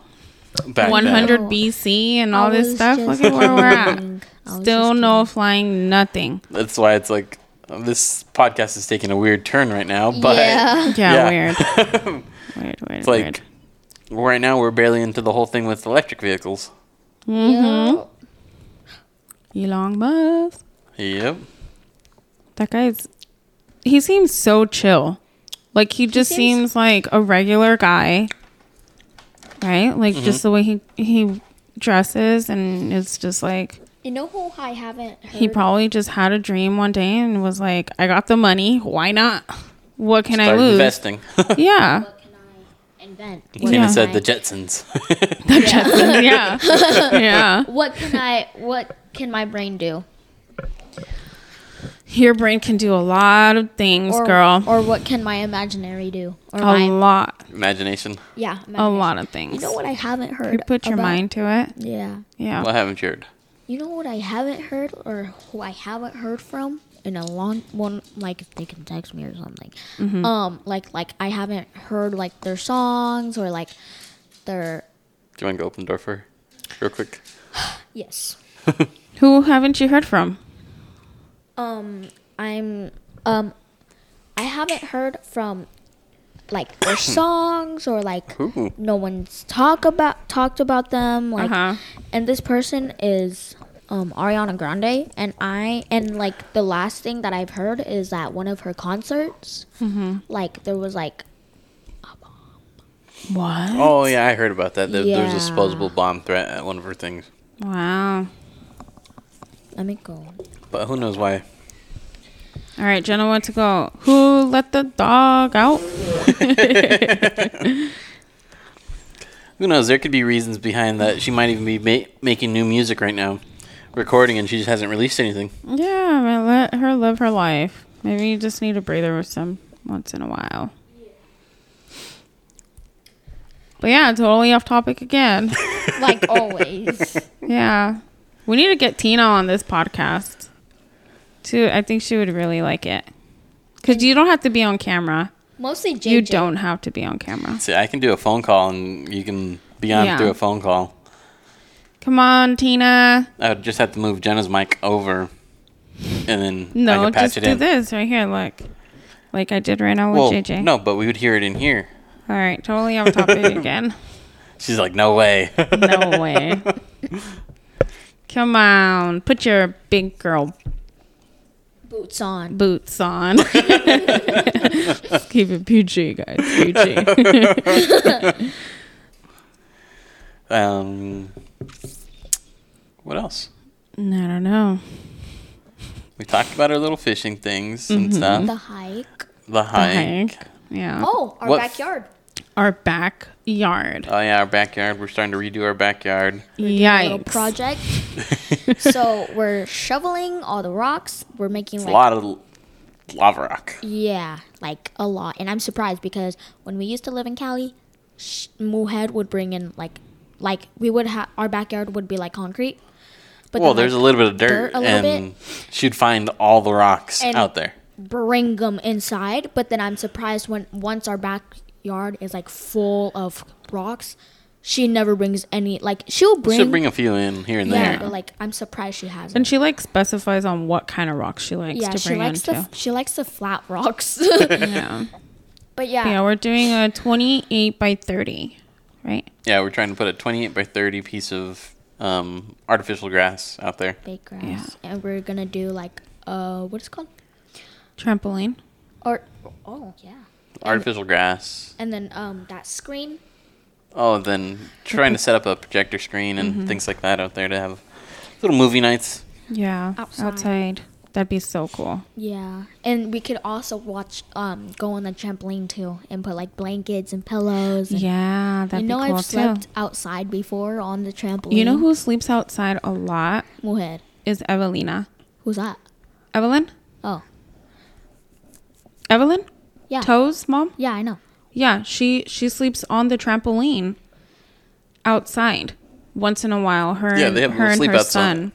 A: Back then.
B: 100
C: Oh.
B: BC and
C: I
B: all this
C: was
B: stuff.
C: just
B: Look at where we're at.
C: kidding. I was
B: Still
C: just
B: no flying, nothing.
A: That's why it's like uh, this podcast is taking a weird turn right now. But
C: yeah
B: Yeah,
A: Yeah.
B: weird. Weird, weird,
A: it's like
B: weird.
A: right now we're barely into the whole thing with electric vehicles.
B: Mm-hmm.
C: Yeah.
B: Elon Musk.
A: Yep.
B: That guy's. He seems so chill. Like he just
C: seems-
B: seems, like a regular guy, right? Like just the way he he dresses, and it's just like
C: you know who I haven't heard
B: he probably just had a dream one day and was like, "I got the money. Why not? What can I
A: Started
B: lose?"
A: investing.
B: Yeah,
C: what can I invent What
A: Tina
B: Yeah.
C: can
A: said
C: I-
A: the Jetsons.
B: yeah, yeah.
C: what can I what can my brain do
B: Your brain can do a lot of things,
C: or
B: girl.
C: or what can my imaginary do or
B: a
C: my
B: lot,
A: Imagination.
C: yeah
B: a
C: imagination.
B: lot of things.
C: you know what I haven't heard
B: You put your
C: about-
B: mind to it.
C: yeah
B: Yeah.
A: Well, I haven't heard.
C: You know what I haven't heard or who I haven't heard from in a long one like if they can text me or something. Um like like I haven't heard like their songs or like their
A: Do you want to go open the door for her real quick?
C: yes.
B: Who haven't you heard from?
C: Um I'm um I haven't heard from like their songs or like
A: Ooh.
C: no one's talk about talked about them like
B: Uh-huh.
C: and this person is um, Ariana Grande, and I and like the last thing that I've heard is at one of her concerts, like there was like
B: What?
A: Oh yeah, I heard about that. There, there was a
C: Yeah.
A: disposable bomb threat at one of her things,
B: Wow.
C: let me go.
A: but who knows why?
B: All right, Jenna went to go. Who let the dog out?
A: Who knows? There could be reasons behind that. She might even be ma- making new music right now, recording, and she just hasn't released anything.
B: Yeah, but let her live her life. Maybe you just need a breather with some once in a while. But yeah, totally off topic again.
C: Like always,
B: yeah. We need to get Tina on this podcast. Too, I think she would really like it. Cuz you don't have to be on camera.
C: mostly JJ.
B: You don't have to be on camera.
A: See, I can do a phone call, and you can be on
B: Yeah.
A: through a phone call.
B: Come on, Tina.
A: I would just have to move Jenna's mic over, and then I
B: No,
A: could patch
B: just
A: it
B: do
A: in.
B: this right here. Look, like I did right now with
A: Well,
B: JJ.
A: no, but we would hear it in here.
B: All right, totally off topic again.
A: She's like, "No way."
B: No way. Come on, put your big girl
C: boots on.
B: boots on. Keep it PG, guys. PG.
A: um, what else?
B: I don't know.
A: We talked about our little fishing things
B: Mm-hmm.
A: and stuff.
C: The hike.
A: The hike.
B: Hank. Yeah.
C: Oh, our
A: What-
C: backyard.
B: Our backyard.
A: Oh yeah, our backyard. We're starting to redo our backyard.
C: Little
B: Yikes.
C: project. so we're shoveling all the rocks. We're making
A: A
C: like
A: lot of l- lava rock.
C: Yeah, like a lot. And I'm surprised because when we used to live in Cali, sh- Moohead would bring in like, like we would have our backyard would be like concrete. But
A: Well,
C: then,
A: there's a
C: like,
A: little bit of dirt,
C: dirt a little
A: and she'd find all the rocks
C: And-
A: out there.
C: bring them inside. But then I'm surprised when once our backyard is like full of rocks, she never brings any. Like she'll bring,
A: She'd bring a few in here and
C: yeah,
A: there.
C: but like I'm surprised she hasn't.
B: And she like specifies on what kind of rocks she likes
C: yeah,
B: to
C: she
B: bring
C: likes
B: in
C: the
B: too.
C: she likes the flat rocks.
B: yeah.
C: but yeah,
B: Yeah, we're doing a 28 by 30 right?
A: Yeah, we're trying to put a 28 by 30 piece of um, artificial grass out there.
C: Fake grass. And we're gonna do like uh what is it called?
B: Trampoline.
C: Or oh yeah.
A: Artificial grass.
C: And then um that screen.
A: Oh, then trying to set up a projector screen and
C: Mm-hmm.
A: things like that out there to have little movie nights.
B: Yeah.
C: Outside.
B: outside. That'd be so cool.
C: Yeah. And we could also watch um go on the trampoline too and put like blankets and pillows. And
B: Yeah,
C: I
B: that'd
C: know
B: be cool
C: I've
B: too.
C: slept outside before on the trampoline.
B: You know who sleeps outside a lot
C: Mohead.
B: is Evelina.
C: Who's that?
B: Evelyn?
C: Oh.
B: Evelyn?
C: Yeah.
B: Toes, mom?
C: yeah, I know.
B: Yeah, she she sleeps on the trampoline outside once in a while. Her
A: Yeah,
B: and,
A: they have
B: her
A: little
B: and
A: sleep
B: her
A: outside.
B: son.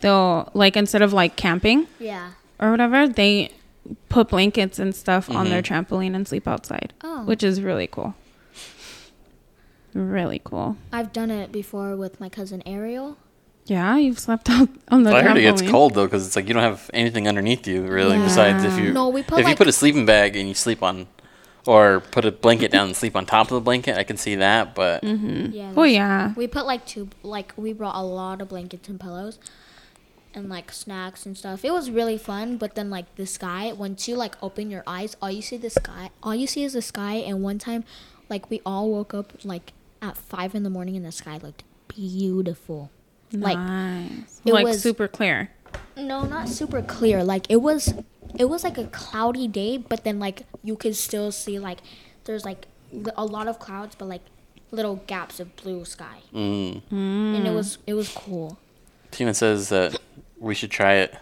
B: They'll like instead of like camping
C: Yeah.
B: or whatever, they put blankets and stuff on their
A: Mm-hmm.
B: trampoline and sleep outside,
C: Oh.
B: which is really cool. Really cool.
C: I've done it before with my cousin Ariel.
B: Yeah, you've slept out on the
A: I
B: trampoline.
A: heard it gets cold though, because it's like you don't have anything underneath you really. Besides, if you
C: No, we put,
A: if you
C: like-
A: put a sleeping bag and you sleep on, or put a blanket down and sleep on top of the blanket, I can see that. But
C: Mm-hmm. Yeah.
B: Oh yeah,
C: We put like two, like we brought a lot of blankets and pillows, and like snacks and stuff. It was really fun, but then like the sky. Once you like open your eyes, all you see the sky. All you see is the sky. And one time, like we all woke up like at five in the morning, and the sky looked beautiful. Like
B: nice.
C: it
B: like
C: was-
B: super clear.
C: no, not super clear. Like it was, it was like a cloudy day, but then like you could still see like there's like li- a lot of clouds, but like little gaps of blue sky,
A: mm,
C: and it was it was cool.
A: Tina says that we should try it.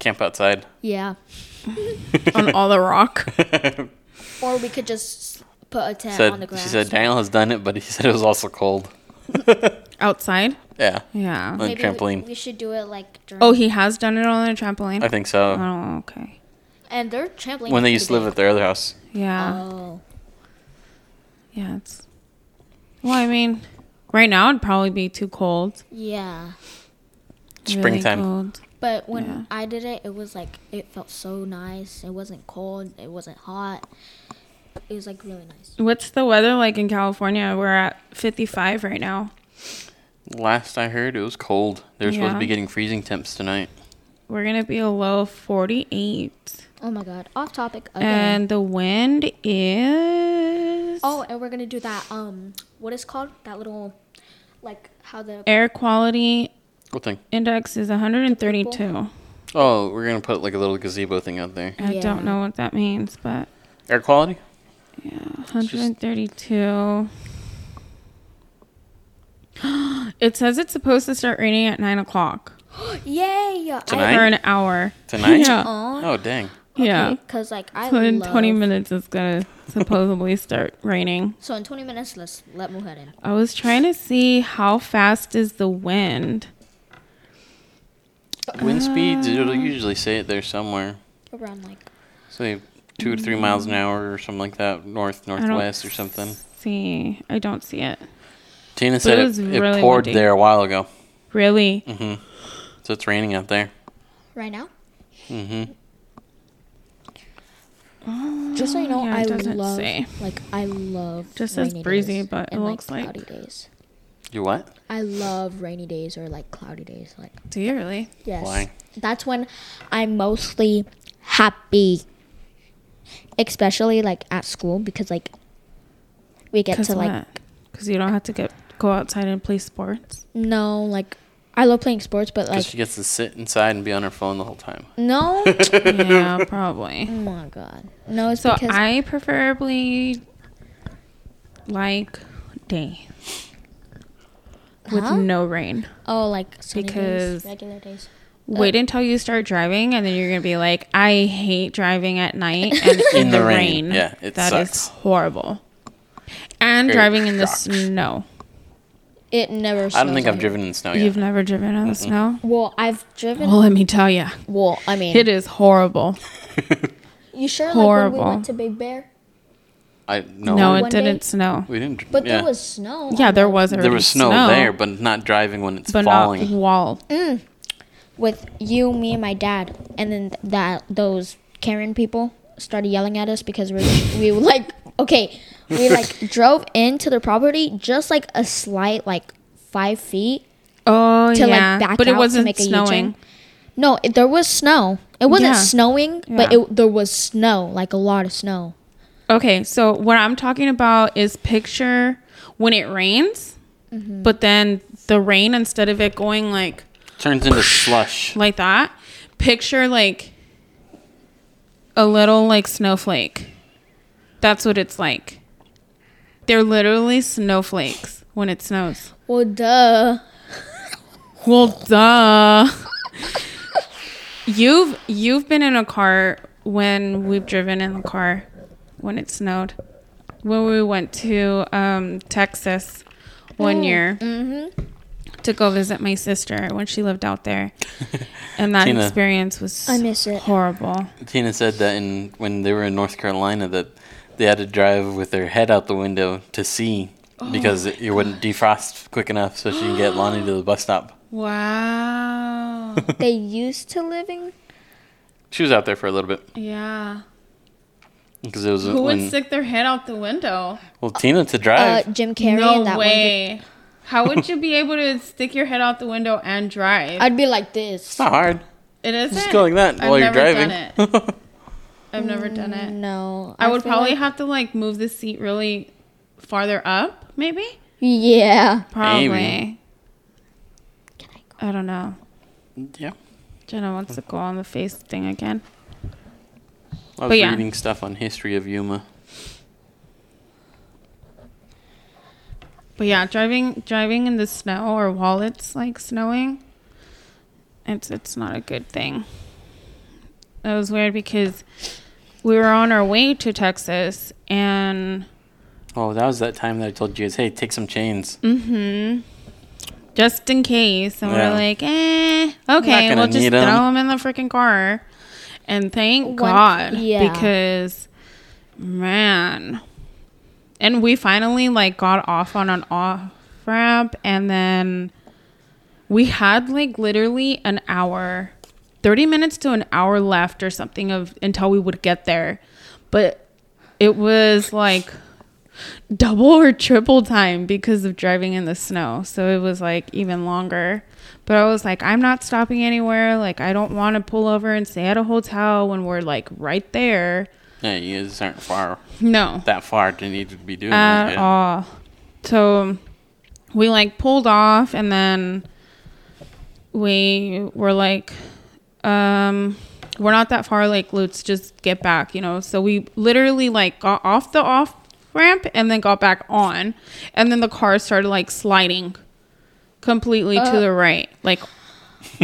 A: Camp outside.
C: Yeah.
B: on all the rock.
C: Or we could just put a tent on the
A: said
C: grass.
A: she said Daniel has done it, but he said it was also cold.
B: Outside?
A: Yeah,
B: Yeah.
A: on
C: Maybe we-
A: trampoline.
C: We, should do it like during.
B: Oh, he has done it on a trampoline?
A: I think so.
B: Oh, okay.
C: and their trampoline.
A: when they
C: is
A: used to live
C: pretty
A: at their other house.
C: big.
B: Yeah.
C: Oh.
B: Yeah, it's. Well, I mean, right now it'd probably be too cold.
C: Yeah.
B: Really
A: Springtime.
B: cold.
C: But when
B: Yeah.
C: I did it, it was like it felt so nice. It wasn't cold. It wasn't hot. It was like really nice.
B: What's the weather like in California? We're at 55 right now.
A: Last I heard, it was cold. They were supposed to
B: Yeah.
A: be getting freezing temps tonight.
B: We're going to be a low of 48.
C: Oh my god. Off topic again.
B: And the wind is.
C: oh, and we're gonna do that. Um, what is called that little, like how the
B: Air quality
A: What thing?
B: index is 132.
A: Oh, we're gonna put like a little gazebo thing out there.
B: I
C: Yeah.
B: don't know what that means, but
A: Air quality.
B: Yeah, 132. it says it's supposed to start raining at 9 o'clock
C: yay. I-
A: Tonight?
B: for an hour.
A: Tonight?
B: Yeah.
C: Aw.
A: Oh dang.
B: Yeah.
C: Okay, Cause like I
B: So in
C: love.
B: 20 minutes, it's going to supposedly start raining.
C: So in 20 minutes, let's let Muhead in.
B: I was trying to see how fast is the wind.
A: Wind speeds. It'll usually say it there somewhere.
C: Around like
A: Say two to three miles an hour or something like that, north northwest or something.
B: See, I don't see it.
A: Tina said
B: it
A: it,
B: was
A: it
B: really
A: poured
B: windy.
A: there a while ago,
B: Really?
A: Mm. so it's raining out there.
C: right now.
A: Mm-hmm.
C: Just so you know,
B: Oh, yeah,
C: I
B: it doesn't
C: love
B: say.
C: like I love
B: Just says
C: rainy
B: breezy,
C: days
B: but it
C: and,
B: looks like-
C: cloudy days.
A: You what?
C: I love rainy days or like cloudy days. Like
B: Do you really?
C: yes,
A: Why?
C: that's when I'm mostly happy, especially like at school because like we get
B: Because
C: to like
B: what? Because you don't have to get go outside and play sports.
C: no like I love playing sports, but
A: Because
C: like
A: she gets to sit inside and be on her phone the whole time.
C: no.
B: yeah, probably.
C: oh my god, no. It's
B: So
C: because
B: I preferably like day with
C: Huh?
B: no rain.
C: oh like sunny
B: because-
C: days, regular days.
B: Wait until you start driving, and then you're gonna be like, "I hate driving at night and in, the,
A: the
B: rain.
A: rain. Yeah, it
B: That is
A: sucks.
B: horrible." And
A: It
B: driving in the
A: sucks.
B: snow.
C: It never.
A: I don't
C: snows
A: think I've
C: here.
A: driven in the snow yet.
B: You've never driven in the snow.
C: Well, I've driven.
B: Well, let me tell you,
C: Well, I mean,
B: Oh, it is horrible.
C: You sure like when we
B: Horrible.
C: went to Big Bear?
A: I no.
B: No, it
C: One day-
B: didn't snow.
A: we didn't. dr-
C: But
A: yeah.
C: there was snow.
B: Yeah,
C: on
B: there
C: the-
B: was already
A: there was snow, there, but not driving when it's
B: but
A: falling.
B: not wall.
C: with you, me, and my dad, and then that those Karen people started yelling at us because we we like Okay, we like drove into the property just like a slight like five feet
B: Oh
C: to
B: yeah,
C: like back
B: but it
C: out
B: wasn't
C: to make a
B: snowing.
C: U-turn. No, it, there was snow. It wasn't
B: Yeah.
C: snowing, but
B: Yeah.
C: it, there was snow, like a lot of snow.
B: Okay, so what I'm talking about is picture when it rains, but then the rain instead of it going like
A: Turns into slush.
B: like that, picture like a little like snowflake. That's what it's like. They're literally snowflakes when it snows.
C: Well, duh.
B: Well, duh. you've you've been in a car when we've driven in the car when it snowed. When we went to um, Texas
C: Oh,
B: one year
C: mm-hmm.
B: to go visit my sister when she lived out there, and that
A: Tina.
B: experience was
C: I miss it.
B: horrible.
A: Tina said that in when they were in North Carolina that they had to drive with their head out the window to see
B: Oh.
A: because it, it wouldn't defrost quick enough so she can get Lonnie to the bus stop.
B: Wow.
C: they used to living.
A: She was out there for a little bit
B: yeah.
A: because it was
B: Who
A: when,
B: would stick their head out the window?
A: well Tina to
C: Uh,
A: drive.
C: Jim Carrey.
B: no
C: and that One.
B: way. How would you be able to stick your head out the window and drive?
C: I'd be like this.
A: it's not hard.
B: It isn't.
A: Just go like that
B: Eh, I've
A: while you're
B: never
A: driving.
B: Done it. I've never done it.
C: No,
B: I would
C: Mm, feel
B: probably
C: like-
B: have to like move the seat really farther up, maybe.
C: yeah.
B: Probably.
A: Maybe.
B: I don't know.
A: yeah.
B: Jenna wants to go on the face thing again.
A: I was
B: But yeah.
A: reading stuff on history of Yuma.
B: But yeah, driving driving in the snow or while it's like snowing, it's it's not a good thing. That was weird because we were on our way to Texas and
A: Oh, that was that time that I told you guys, hey, take some chains.
B: Mm. just in case. And
A: Yeah.
B: we're like, eh, okay,
A: gonna
B: we'll just
A: need
B: throw
A: 'em.
B: them in the freaking car. And thank God,
C: yeah.
B: because man, and we finally like got off on an off ramp, and then we had like literally an hour, thirty minutes to an hour left or something of until we would get there, but it was like double or triple time because of driving in the snow. So it was like even longer. But I was like, I'm not stopping anywhere. Like, I don't want to pull over and stay at a hotel when we're like right there.
A: Yeah, you guys aren't far
B: No,
A: that far to need to be doing
B: at
A: that. yeah.
B: all. So we like pulled off and then we were like, um, we're not that far. Like, let's just get back, you know? So we literally like got off the off ramp and then got back on. And then the car started like sliding completely to the right, like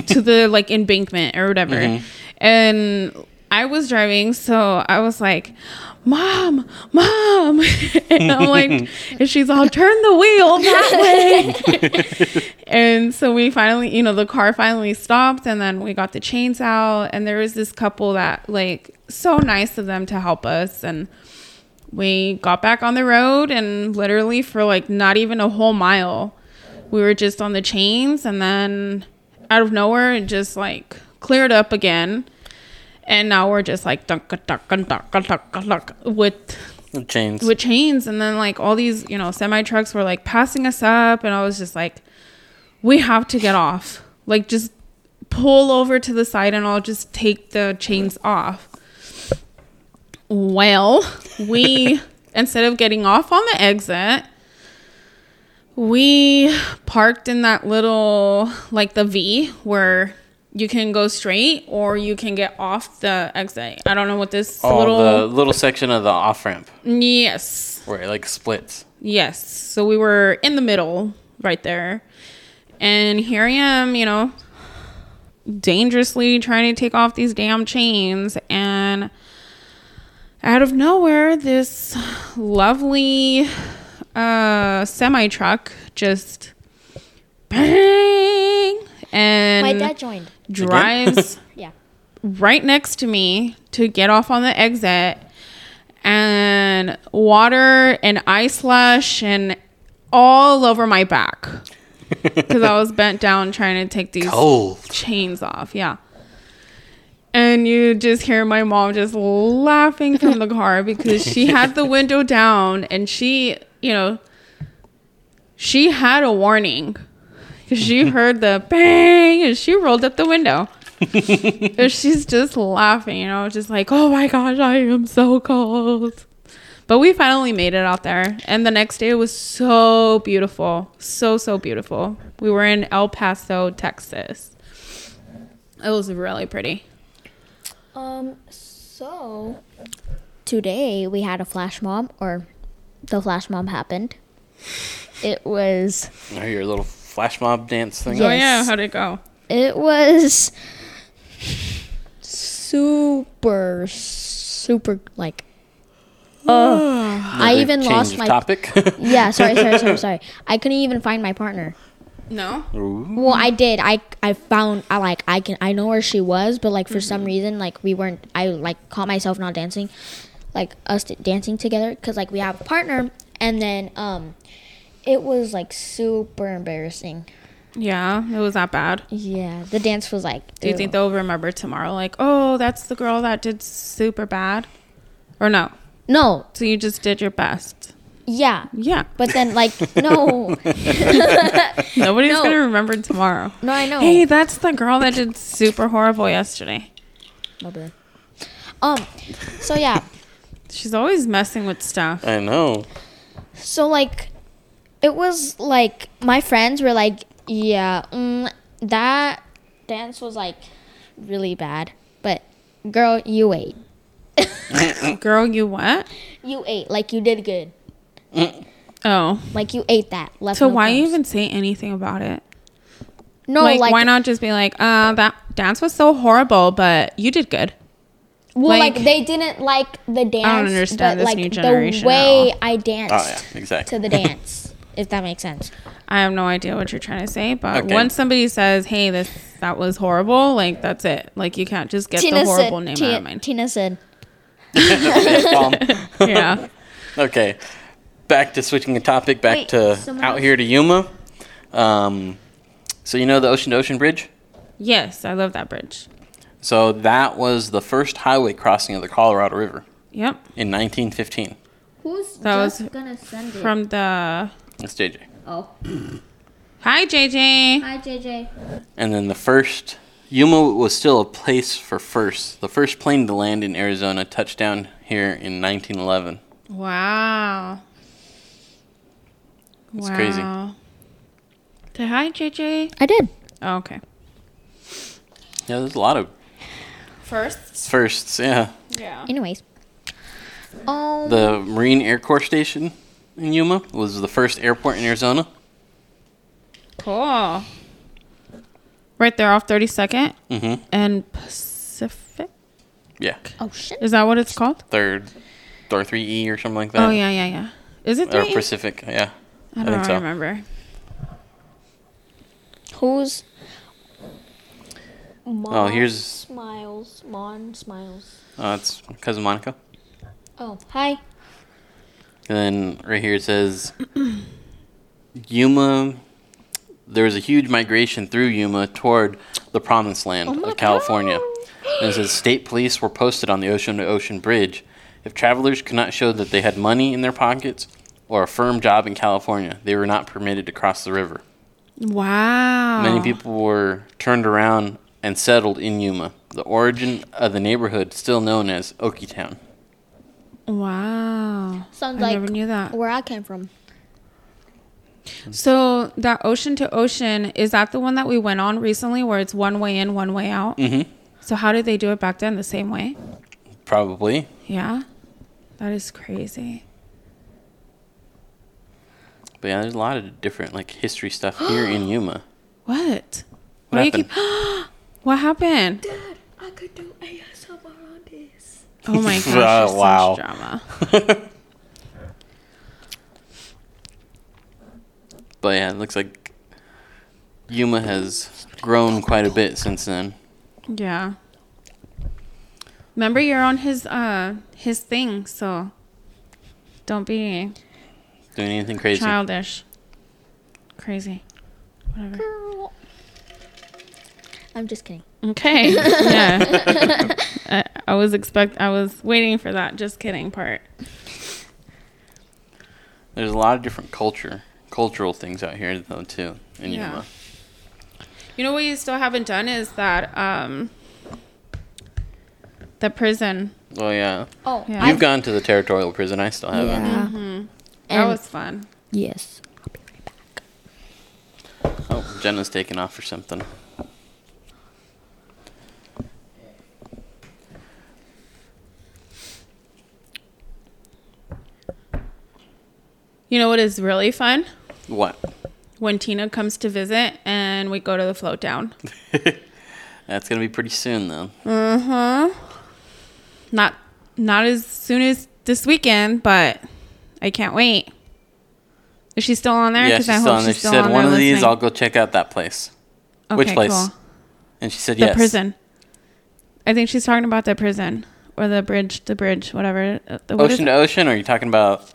B: to the like embankment or whatever. And I was driving, so I was like, Mom, Mom. and I'm like, and she's all, turn the wheel that way. and so we finally, you know, the car finally stopped and then we got the chains out. And there was this couple that, like, so nice of them to help us. And we got back on the road and literally for like not even a whole mile we were just on the chains and then out of nowhere it just like cleared up again and now we're just like dunka dunka dunka dunka dunka with
A: The Chains.
B: with chains and then like all these you know semi trucks were like passing us up and i was just like we have to get off like just pull over to the side and i'll just take the chains off well we instead of getting off on the exit we parked in that little like the v where you can go straight or you can get off the exit i don't know what this
A: oh,
B: little
A: the little section of the off ramp
B: yes
A: where it like splits.
B: Yes. So we were in the middle right there. And here I am, you know, dangerously trying to take off these damn chains. And out of nowhere, this lovely uh, semi truck just bang and
C: My dad joined.
B: drives
C: Yeah.
B: right next to me to get off on the exit and water and ice slush and all over my back because I was bent down trying to take these
A: Cold.
B: chains off. Yeah. and you just hear my mom just laughing from the car because she had the window down and she, you know, she had a warning because she heard the bang and she rolled up the window. and she's just laughing, you know, just like, oh my gosh, I am so cold. But we finally made it out there. And the next day it was so beautiful. So, so beautiful. We were in El Paso, Texas. It was really pretty.
C: Um, so today we had a flash mob, or the flash mob happened. It was
A: Or your little flash mob dance thing.
C: Yeah.
B: Oh, yeah.
C: Yes.
B: How'd it go?
C: it was super super like. Oh, I even
A: Change
C: lost
A: of
C: my.
A: topic.
C: Yeah, sorry, sorry, sorry, sorry. I couldn't even find my partner.
B: No?
A: Ooh.
C: Well, I did. I I found I like I can I know where she was, but like for some reason like we weren't. I like caught myself not dancing, like us t- dancing together because like we have a partner, and then um, it was like super embarrassing.
B: Yeah, it was that bad.
C: Yeah, the dance was like.
B: Do you think they'll remember tomorrow? Like, oh, that's the girl that did super bad? Or no?
C: No.
B: So you just did your best.
C: Yeah.
B: Yeah.
C: But then like no,
B: Nobody's
C: No.
B: going to remember tomorrow.
C: no, I know.
B: Hey, that's the girl that did super horrible yesterday.
C: My bad. Um. So yeah.
B: She's always messing with stuff.
A: I know.
C: So like, it was like my friends were like, yeah, mm, that dance was like really bad. But girl, you ate,
B: Girl, you what?
C: you ate like you did good.
B: Oh.
C: Like you ate that. Left
B: So
C: no
B: why
C: crumbs.
B: even say anything about it?
C: No,
B: like,
C: like,
B: why not just be like, uh, that dance was so horrible, but you did good.
C: Well, like,
B: like-
C: they didn't like the dance.
B: understand
C: but,
B: this
C: like,
B: new generation
C: The
B: at
C: way
B: all.
C: I danced
A: Oh yeah, exactly.
C: to the dance, if that makes sense.
B: I have no idea what you're trying to say, but
A: Okay.
B: once somebody says, "Hey, this that was horrible," like that's it. Like you can't just get the horrible
C: said.
B: name out
C: Tina,
B: of mind.
C: Tina said.
A: Palm.
B: yeah.
A: Okay, back to switching the topic. Back
C: Wait,
A: to
C: someone
A: out
C: else?
A: here to Yuma. Um, so you know the Ocean to Ocean Bridge.
B: Yes, I love that bridge.
A: So that was the first highway crossing of the Colorado River
B: Yep.
A: in 1915.
C: Who's
B: That was just
C: gonna send it?
B: From the
A: That's JJ.
C: oh,
B: Hi JJ.
C: hi JJ.
A: And then the first Yuma was still a place for first. The first plane to land in Arizona touched down here in 1911.
B: Wow.
A: It's crazy.
B: Say hi JJ.
C: I did.
B: Oh, okay.
A: Yeah, there's a lot of
B: First.
A: firsts. Yeah,
B: Yeah.
C: Anyways. Um,
A: the Marine Air Corps Station in Yuma was the first airport in Arizona.
B: Cool. Right there off 32nd
A: Mm-hmm.
B: and Pacific.
A: Yeah,
C: oh shit.
B: Is that what it's called?
A: third, or three E or something like that.
B: Oh yeah, yeah, yeah. Is it
A: Or
B: three?
A: Pacific. Yeah,
B: I
A: I
B: don't
A: think so.
B: remember.
C: Who's?
A: Oh, here's
C: Smiles. Mon Smiles.
A: uh, it's cousin Monica.
C: Oh, hi.
A: And then right here it says Yuma. There was a huge migration through Yuma toward the promised land of California. And it says state police were posted on the ocean to ocean bridge. If travelers could not show that they had money in their pockets or a firm job in California, they were not permitted to cross the river.
B: Wow.
A: Many people were turned around and settled in Yuma, the origin of the neighborhood still known as Okie Town.
B: Wow.
C: Sounds
B: I
C: like
B: never knew that.
C: where I came from.
B: So that ocean to ocean is that the one that we went on recently, where it's one way in, one way out.
A: Mhm.
B: So how did they do it back then? The same way?
A: Probably.
B: Yeah. That is crazy.
A: But yeah, there's a lot of different like history stuff here in Yuma.
B: What?
A: What
B: Why do
A: happened?
B: You keep, what happened? Dad, I could do ASMR on this. Oh my gosh!
A: Oh,
B: you're such
A: wow.
B: drama.
A: But yeah, it looks like Yuma has grown quite a bit since then.
B: Yeah. Remember, you're on his uh his thing, so don't be
A: Doing anything crazy?
B: childish, crazy, whatever.
C: I'm just kidding.
B: Okay. Yeah. I, I was expect I was waiting for that just kidding part.
A: There's a lot of different culture, cultural things out here though too in
B: Yeah.
A: Yuma.
B: You know what you still haven't done is that um the prison.
A: Oh yeah,
C: Oh,
B: Yeah.
A: you've gone to the territorial prison. I still haven't.
C: yeah.
B: That
C: And-
B: was fun.
C: Yes.
A: Oh, Jenna's taking off for something.
B: You know what is really fun?
A: What?
B: When Tina comes to visit and we go to the float down.
A: That's gonna be pretty soon though.
B: Uh-huh. Not not as soon as this weekend, but I can't wait. Is she still on there?
A: yeah,
B: 'Cause
A: she's
B: I
A: still
B: hope
A: on there.
B: she's
A: She
B: still
A: said
B: on
A: one
B: there
A: of these.
B: listening."
A: I'll go check out that place. Which
B: Okay,
A: place?
B: cool.
A: And she said
B: The
A: yes.
B: prison. I think she's talking about the prison or the bridge, the bridge, whatever. Uh, The, what is
A: Ocean
B: it?
A: to ocean. Or are you talking about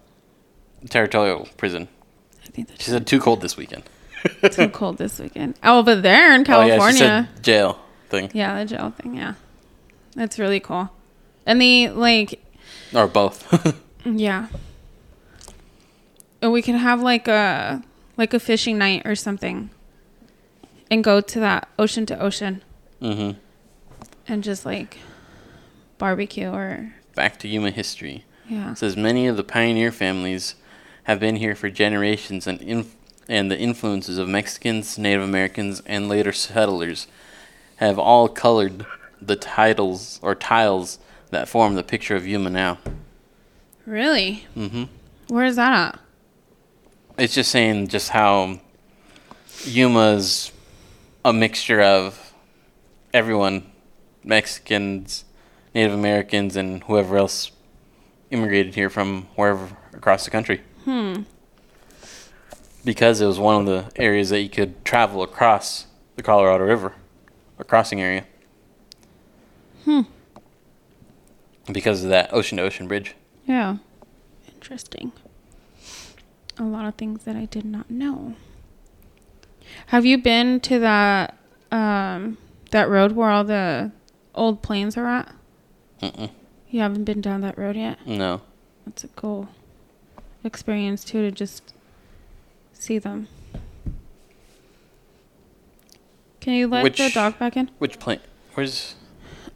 A: territorial prison?
B: I think that's
A: She said too cold this weekend.
B: too cold this weekend. Oh, over there in
A: Oh yeah, she
B: California.
A: said jail thing
B: yeah, the jail thing. Yeah, that's really cool. And the like,
A: or both.
B: yeah. And we could have like a like a fishing night or something, and go to that ocean to ocean
A: hmm
B: and just like barbecue or
A: Back to Yuma history.
B: yeah.
A: It says many of the pioneer families have been here for generations, and inf- and the influences of Mexicans, Native Americans, and later settlers have all colored the titles or tiles that form the picture of Yuma now.
B: Really?
A: Mhm.
B: Where is that at?
A: It's just saying just how Yuma's a mixture of everyone, Mexicans, Native Americans, and whoever else immigrated here from wherever across the country. Hmm. Because it was one of the areas that you could travel across the Colorado River, a crossing area. Hmm. Because of that ocean to ocean bridge.
B: Yeah. Interesting. A lot of things that I did not know. Have you been to that um that road where all the old planes are at?
A: Mm-mm.
B: You haven't been down that road yet?
A: No.
B: That's a cool experience too to just see them. Can you let the
A: Which-
B: dog back in?
A: Which plane? Where's.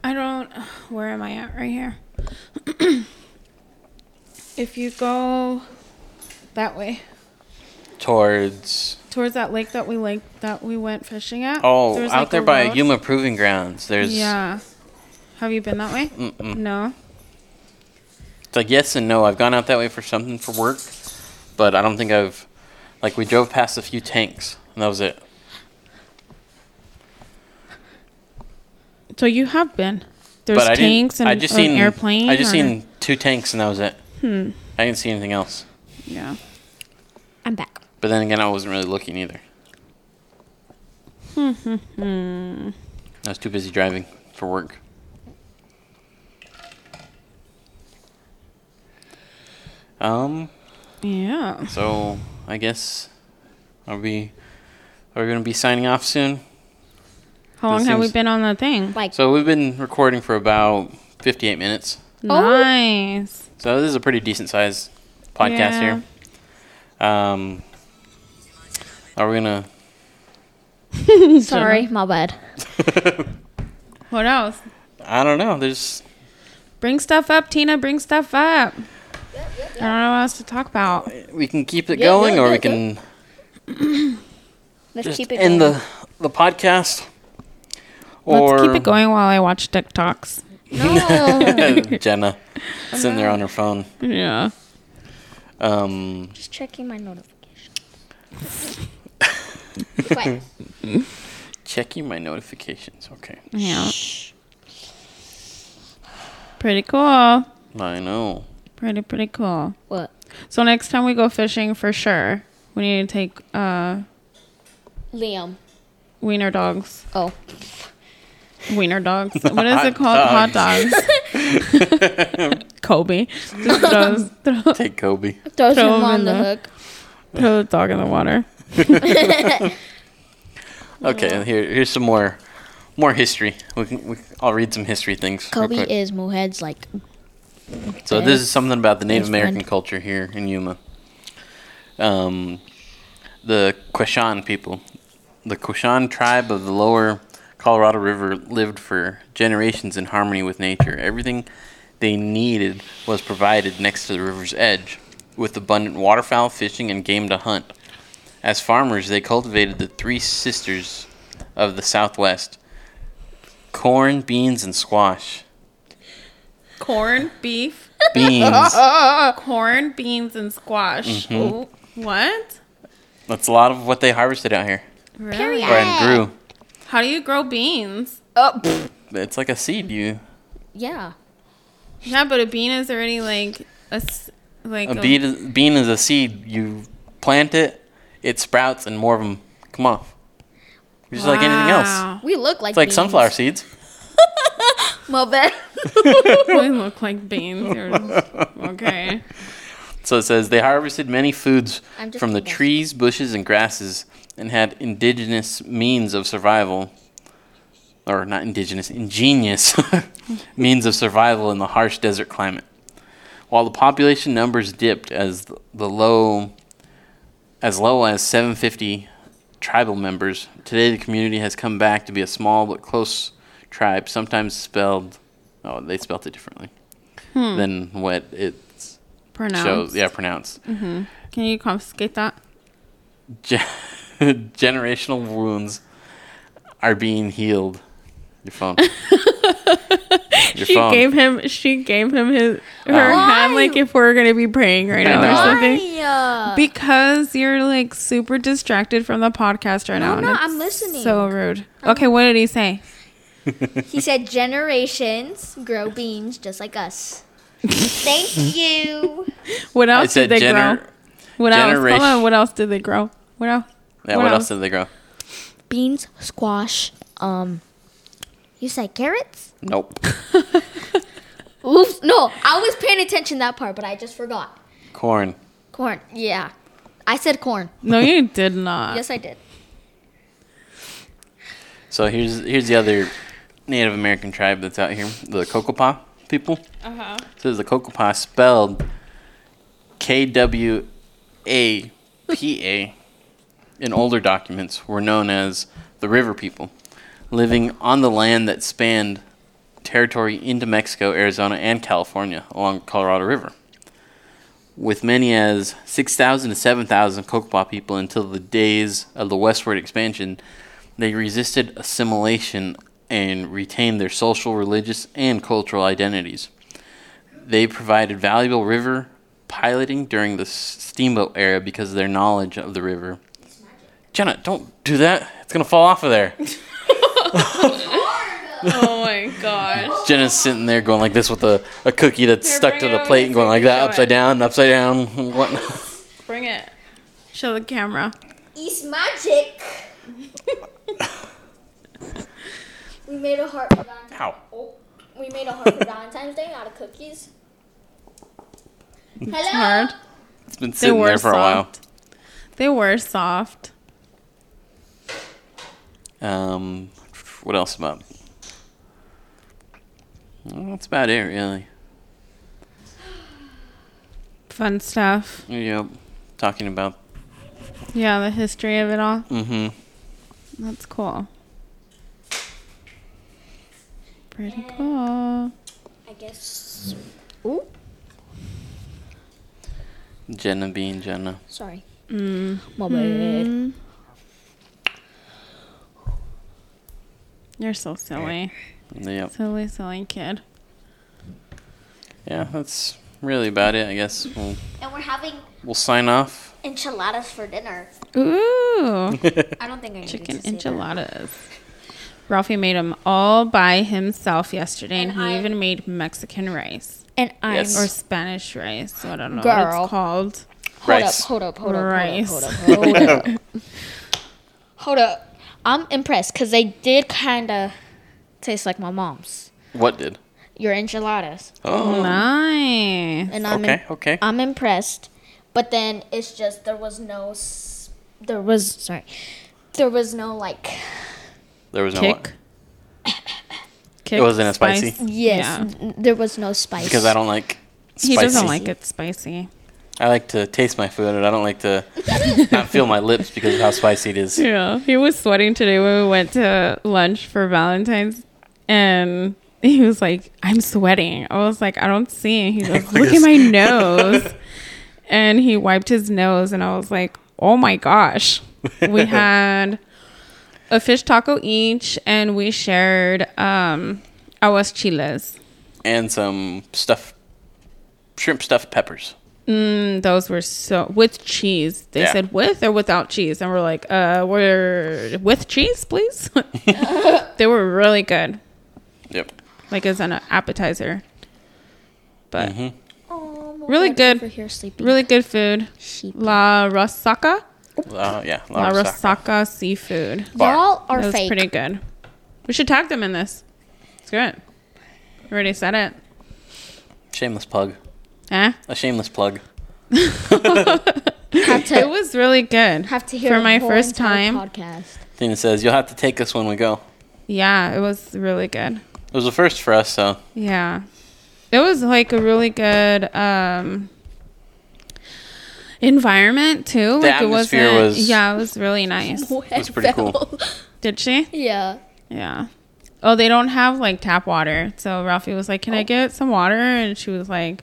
B: I don't. Where am I at? Right here. if you go that way
A: Towards.
B: towards that lake that we like that we went fishing at.
A: Oh,
B: there's,
A: out
B: like,
A: there
B: a
A: by
B: road.
A: Yuma Proving Grounds. There's
B: Yeah. Have you been that way?
A: Mm-mm.
B: No.
A: it's like yes and no. I've gone out that way for something for work, but I don't think I've like we drove past a few tanks and that was it.
B: So you have been. There's
A: but I didn't-
B: tanks and
A: I just
B: or an
A: seen
B: airplane.
A: I just
B: or- Hmm.
A: seen two tanks and that was it. I didn't see anything else.
B: Yeah.
C: I'm back.
A: But then again, I wasn't really looking either.
B: Hmm,
A: I was too busy driving for work. Um.
B: Yeah.
A: So I guess are we are we gonna be signing off soon?
B: How long have we
A: seems-
B: been on the thing?
C: Like,
A: So we've been recording for about fifty eight minutes.
B: Nice.
A: So this is a pretty decent sized podcast
B: Yeah.
A: here. Um are we gonna
C: sorry, my bad.
B: What else?
A: I don't know, there's
B: Bring stuff up, Tina. Bring stuff up. I don't know what else to talk about.
A: we can keep it
C: Yeah,
A: going
C: yeah,
A: or
C: yeah,
A: we can
C: Let's
A: just
C: keep it
A: end
C: going.
A: the the podcast.
B: Let's keep it going while I watch TikToks.
A: going. Jenna sitting there on her phone.
B: Yeah.
A: Um
C: Just checking my notification.
A: checking my notifications. Okay.
B: Yeah. Pretty cool.
A: I know.
B: Pretty pretty cool.
C: What?
B: So next time we go fishing for sure, we need to take uh
C: Liam.
B: wiener dogs.
C: Oh.
B: Wiener dogs. What is
A: Hot
B: it called? Hot dogs. Kobe. Just throws, throw,
A: Take Kobe.
C: Throws
B: Throw him
C: him
B: in
C: on the
B: the-
C: hook.
B: throw the dog in the water.
A: Okay, here, here's some more More history. We can, we, I'll read some history things. real
C: Kobe
A: quick.
C: is Mohed's like.
A: So this is something about the Native
C: Best
A: American
C: friend.
A: culture here in Yuma. Um, the Quashan people, the Quashan tribe of the lower Colorado River, lived for generations in harmony with nature. Everything they needed was provided next to the river's edge, with abundant waterfowl, fishing, and game to hunt. As farmers, they cultivated the three sisters of the Southwest: corn, beans, and squash.
B: Corn, beef,
A: Beans.
B: corn, beans, and squash. Oh, what?
A: That's a lot of what they harvested out here.
B: Really?
A: Or and
B: How do you grow beans?
A: grew. It's like a seed. You
C: Oh, Yeah.
B: Yeah, but a bean is already like a s- like
A: a bean. Is, bean is a seed. You plant it, it sprouts, and more of them come off. It's Just like anything else.
B: Wow.
C: We look like.
A: It's like sunflower seeds.
C: Mohed.
B: They look like beans. They're- okay.
A: So it says they harvested many foods
C: I'm just
A: from the
C: convinced.
A: trees, bushes, and grasses, and had indigenous means of survival, or not indigenous, ingenious means of survival in the harsh desert climate. While the population numbers dipped as th- the low, as low as 750 tribal members, today the community has come back to be a small but close tribe, sometimes spelled, oh, they spelt it differently than what it's
B: Pronounce.
A: shows. Yeah, pronounced.
B: Can you confiscate that?
A: Ge- generational wounds are being healed. Your phone. Your
B: She
A: phone.
B: gave him. She gave him his her
A: Oh.
B: hand, like if we are gonna be praying right now or
A: know.
B: something. Because you're like super distracted from the podcast right now. and
E: no,
B: it's
E: I'm listening.
B: So rude. Okay, what did he say?
E: He said, generations grow beans just like us. Thank you.
B: What
A: I
B: else
A: said
B: did they
A: gener-
B: grow? What else? Hold
A: generation-
B: on. What else did they grow? What else?
A: Yeah,
B: What
A: what else
B: else?
A: did they grow?
E: Beans, squash.
C: Um.
E: You said carrots?
A: Nope.
E: Oops. No, I was paying attention that part, but I just forgot.
A: Corn.
E: Corn. Yeah. I said corn.
B: No, you did not.
E: Yes, I did.
A: So here's here's the other Native American tribe that's out here, the Kokopah people.
B: Uh-huh.
A: So the Kokopah spelled K W A P A in older documents were known as the river people, living on the land that spanned territory into Mexico, Arizona, and California along the Colorado River. With many as 6,000 to 7,000 Kokopah people until the days of the westward expansion, they resisted assimilation and retained their social, religious, and cultural identities. They provided valuable river piloting during the s- steamboat era because of their knowledge of the river. Jenna, don't do that. It's going to fall off of there.
B: Oh my gosh.
A: Jenna's sitting there going like this with a, a cookie that's
B: Here,
A: stuck
B: bring
A: to
B: it
A: the
B: over
A: plate
B: here
A: and
B: so
A: going
B: you
A: like
B: can
A: that,
B: show
A: upside
B: it.
A: down, upside down, and whatnot.
B: Bring it. Show the camera.
E: East magic. we made a heart for Valentine's.
A: Ow.
E: Oh, we made a heart for Valentine's Day out of cookies. Hello.
B: Hard.
A: It's been
B: They
A: sitting
B: were
A: there for
B: soft. They were
A: a
B: soft.
A: while. Um, what else about? Well, that's about it, really.
B: Fun stuff.
A: Yep. Talking about.
B: Yeah, the history of it all.
C: Mm.
A: Mm-hmm.
B: That's cool. Pretty cool.
E: I guess.
C: Ooh.
A: Jenna being Jenna.
C: Sorry.
B: Mm.
C: My bad.
B: You're so silly.
A: Yep.
B: Silly, silly kid.
A: Yeah, that's really about it. I guess we'll
E: And we're having
A: we'll sign off.
E: enchiladas for dinner.
B: Ooh.
E: I don't think I
B: Chicken enchiladas. Ralphie made them all by himself yesterday, and,
E: And
B: he
E: I-
B: even made Mexican rice
C: And I'm.
A: Yes.
B: or Spanish rice. I don't know what
C: Girl.
B: it's called.
C: Hold up,
A: Rice.
C: hold up, hold up,
B: Rice.
C: hold up, hold up, hold up. hold up. I'm impressed because they did kind of taste like my mom's.
A: What did?
C: Your enchiladas,
A: Oh.
B: Mm-hmm. Nice.
C: and I'm
A: Okay. Okay.
C: I'm impressed. But then it's just there was no, s- there was sorry, there was no like
A: There was no.
B: Kick. kick.
A: wasn't it spicy?
E: Yes,
B: Yeah.
E: n- there was no spice.
A: because I don't like spicy.
B: He doesn't like it spicy.
A: I like to taste my food, and I don't like to not feel my lips because of how spicy it is.
B: Yeah, he was sweating today when we went to lunch for Valentine's, and he was like, "I'm sweating." I was like, "I don't see." it." He goes, "Look at my nose," and he wiped his nose, and I was like, "Oh my gosh!" We had a fish taco each, and we shared um, aguas chiles.
A: And some stuff, shrimp stuffed peppers.
B: Mm, those were so with cheese. They
A: Yeah.
B: said with or without cheese, and we're like, uh, we're with cheese, please. they were really good,
A: Yep.
B: like as an appetizer. But
E: Oh, my
B: really
E: God.
C: Over
B: good,
C: here sleeping.
B: really good food.
C: Sheep.
B: La Rosaca,
A: Uh, yeah.
B: La
A: Larasaka.
B: Rosaca seafood.
A: Bar.
E: Y'all are
B: That was
E: fake.
B: pretty good. We should tag them in this. It's good. Already said it.
A: Shameless plug.
B: Eh?
A: A shameless plug.
E: Have
B: It
E: to,
B: was really good.
E: have to hear
B: for
E: the
B: my
E: whole
B: first
E: entire
B: time.
E: podcast.
A: Tina says you'll have to take us when we go.
B: Yeah, it was really good.
A: It was the first for us, so
B: Yeah. It was like a really good um environment too.
A: The
B: like it
A: atmosphere
B: wasn't
A: was-
B: Yeah, it was really nice.
A: That's pretty cool.
B: Did she?
E: yeah.
B: Yeah. Oh, they don't have like tap water. So Ralphie was like, "Can I get some water?" and she was like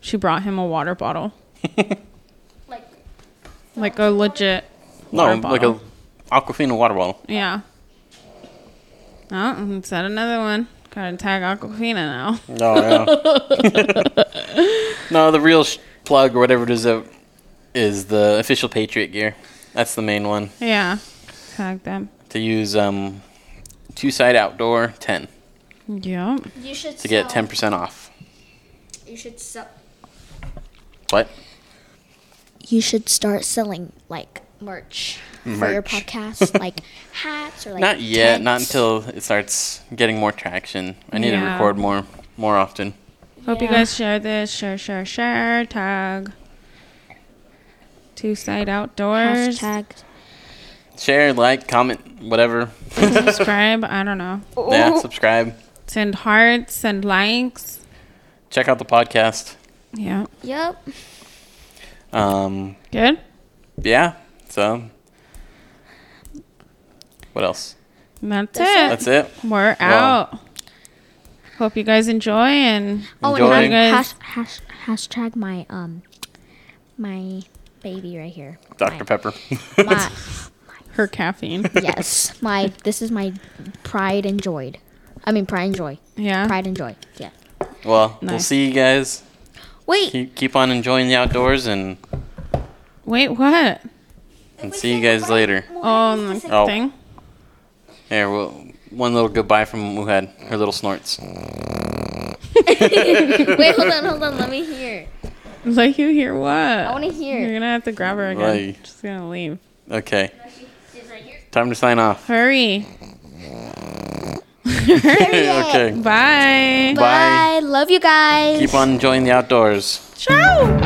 B: she brought him a water bottle.
E: Like-
B: like a legit
A: no,
B: Water
A: like a Aquafina water bottle.
B: yeah. Oh, is that another one? Gotta tag Aquafina now.
A: No, yeah. no, the real sh- plug or whatever it is uh, is the official Patriot gear. That's the main one
B: Yeah. Tag them.
A: to use. Um, two side outdoor ten
B: Yep.
E: You should
A: to get ten percent off.
E: You should sell.
A: What?
E: You should start selling like merch, for your
A: Merch.
E: podcast, like hats or like.
A: Not yet. Not
E: tents.
A: until it starts getting more traction. I need to
B: Yeah.
A: record more, more often.
B: Hope you
E: Yeah.
B: guys share this. Share, share, share. Tag. Two Side Outdoors.
C: Hashtag.
A: Share, like, comment, whatever.
B: Subscribe. I don't know.
A: yeah, subscribe.
B: Send hearts, send likes.
A: Check out the podcast.
B: Yeah.
E: Yep.
A: Um,
B: Good.
A: yeah. So, what else?
B: And That's,
A: That's
B: it.
A: it.
B: We're out. Hope you guys enjoy and
E: Oh,
A: Enjoy.
E: and
B: Guys.
E: hash, hash, hash, hashtag my um my baby right here.
A: Dr. Pepper.
E: My, my,
B: her caffeine.
E: yes, my this is my pride and joy. I mean pride and joy.
B: Yeah.
E: Pride and joy. Yeah.
A: well, we'll
B: Nice.
A: see you guys.
E: Wait.
A: Keep, keep on enjoying the outdoors and,
B: Wait, what?
A: and see you guys later.
B: Oh, and the
A: Oh.
B: thing.
A: Here, well, one little goodbye from Wuhan. Her little snorts.
E: Wait. Hold on. Hold on. Let me hear.
B: Like you hear what?
E: I
C: Oh,
E: want to hear.
B: You're gonna have to grab her again.
A: Right.
B: She's gonna leave.
A: Okay. Time to sign off.
B: Hurry.
A: okay.
B: Bye.
A: Bye.
E: Bye. Love you guys.
A: Keep on enjoying the outdoors.
B: Ciao.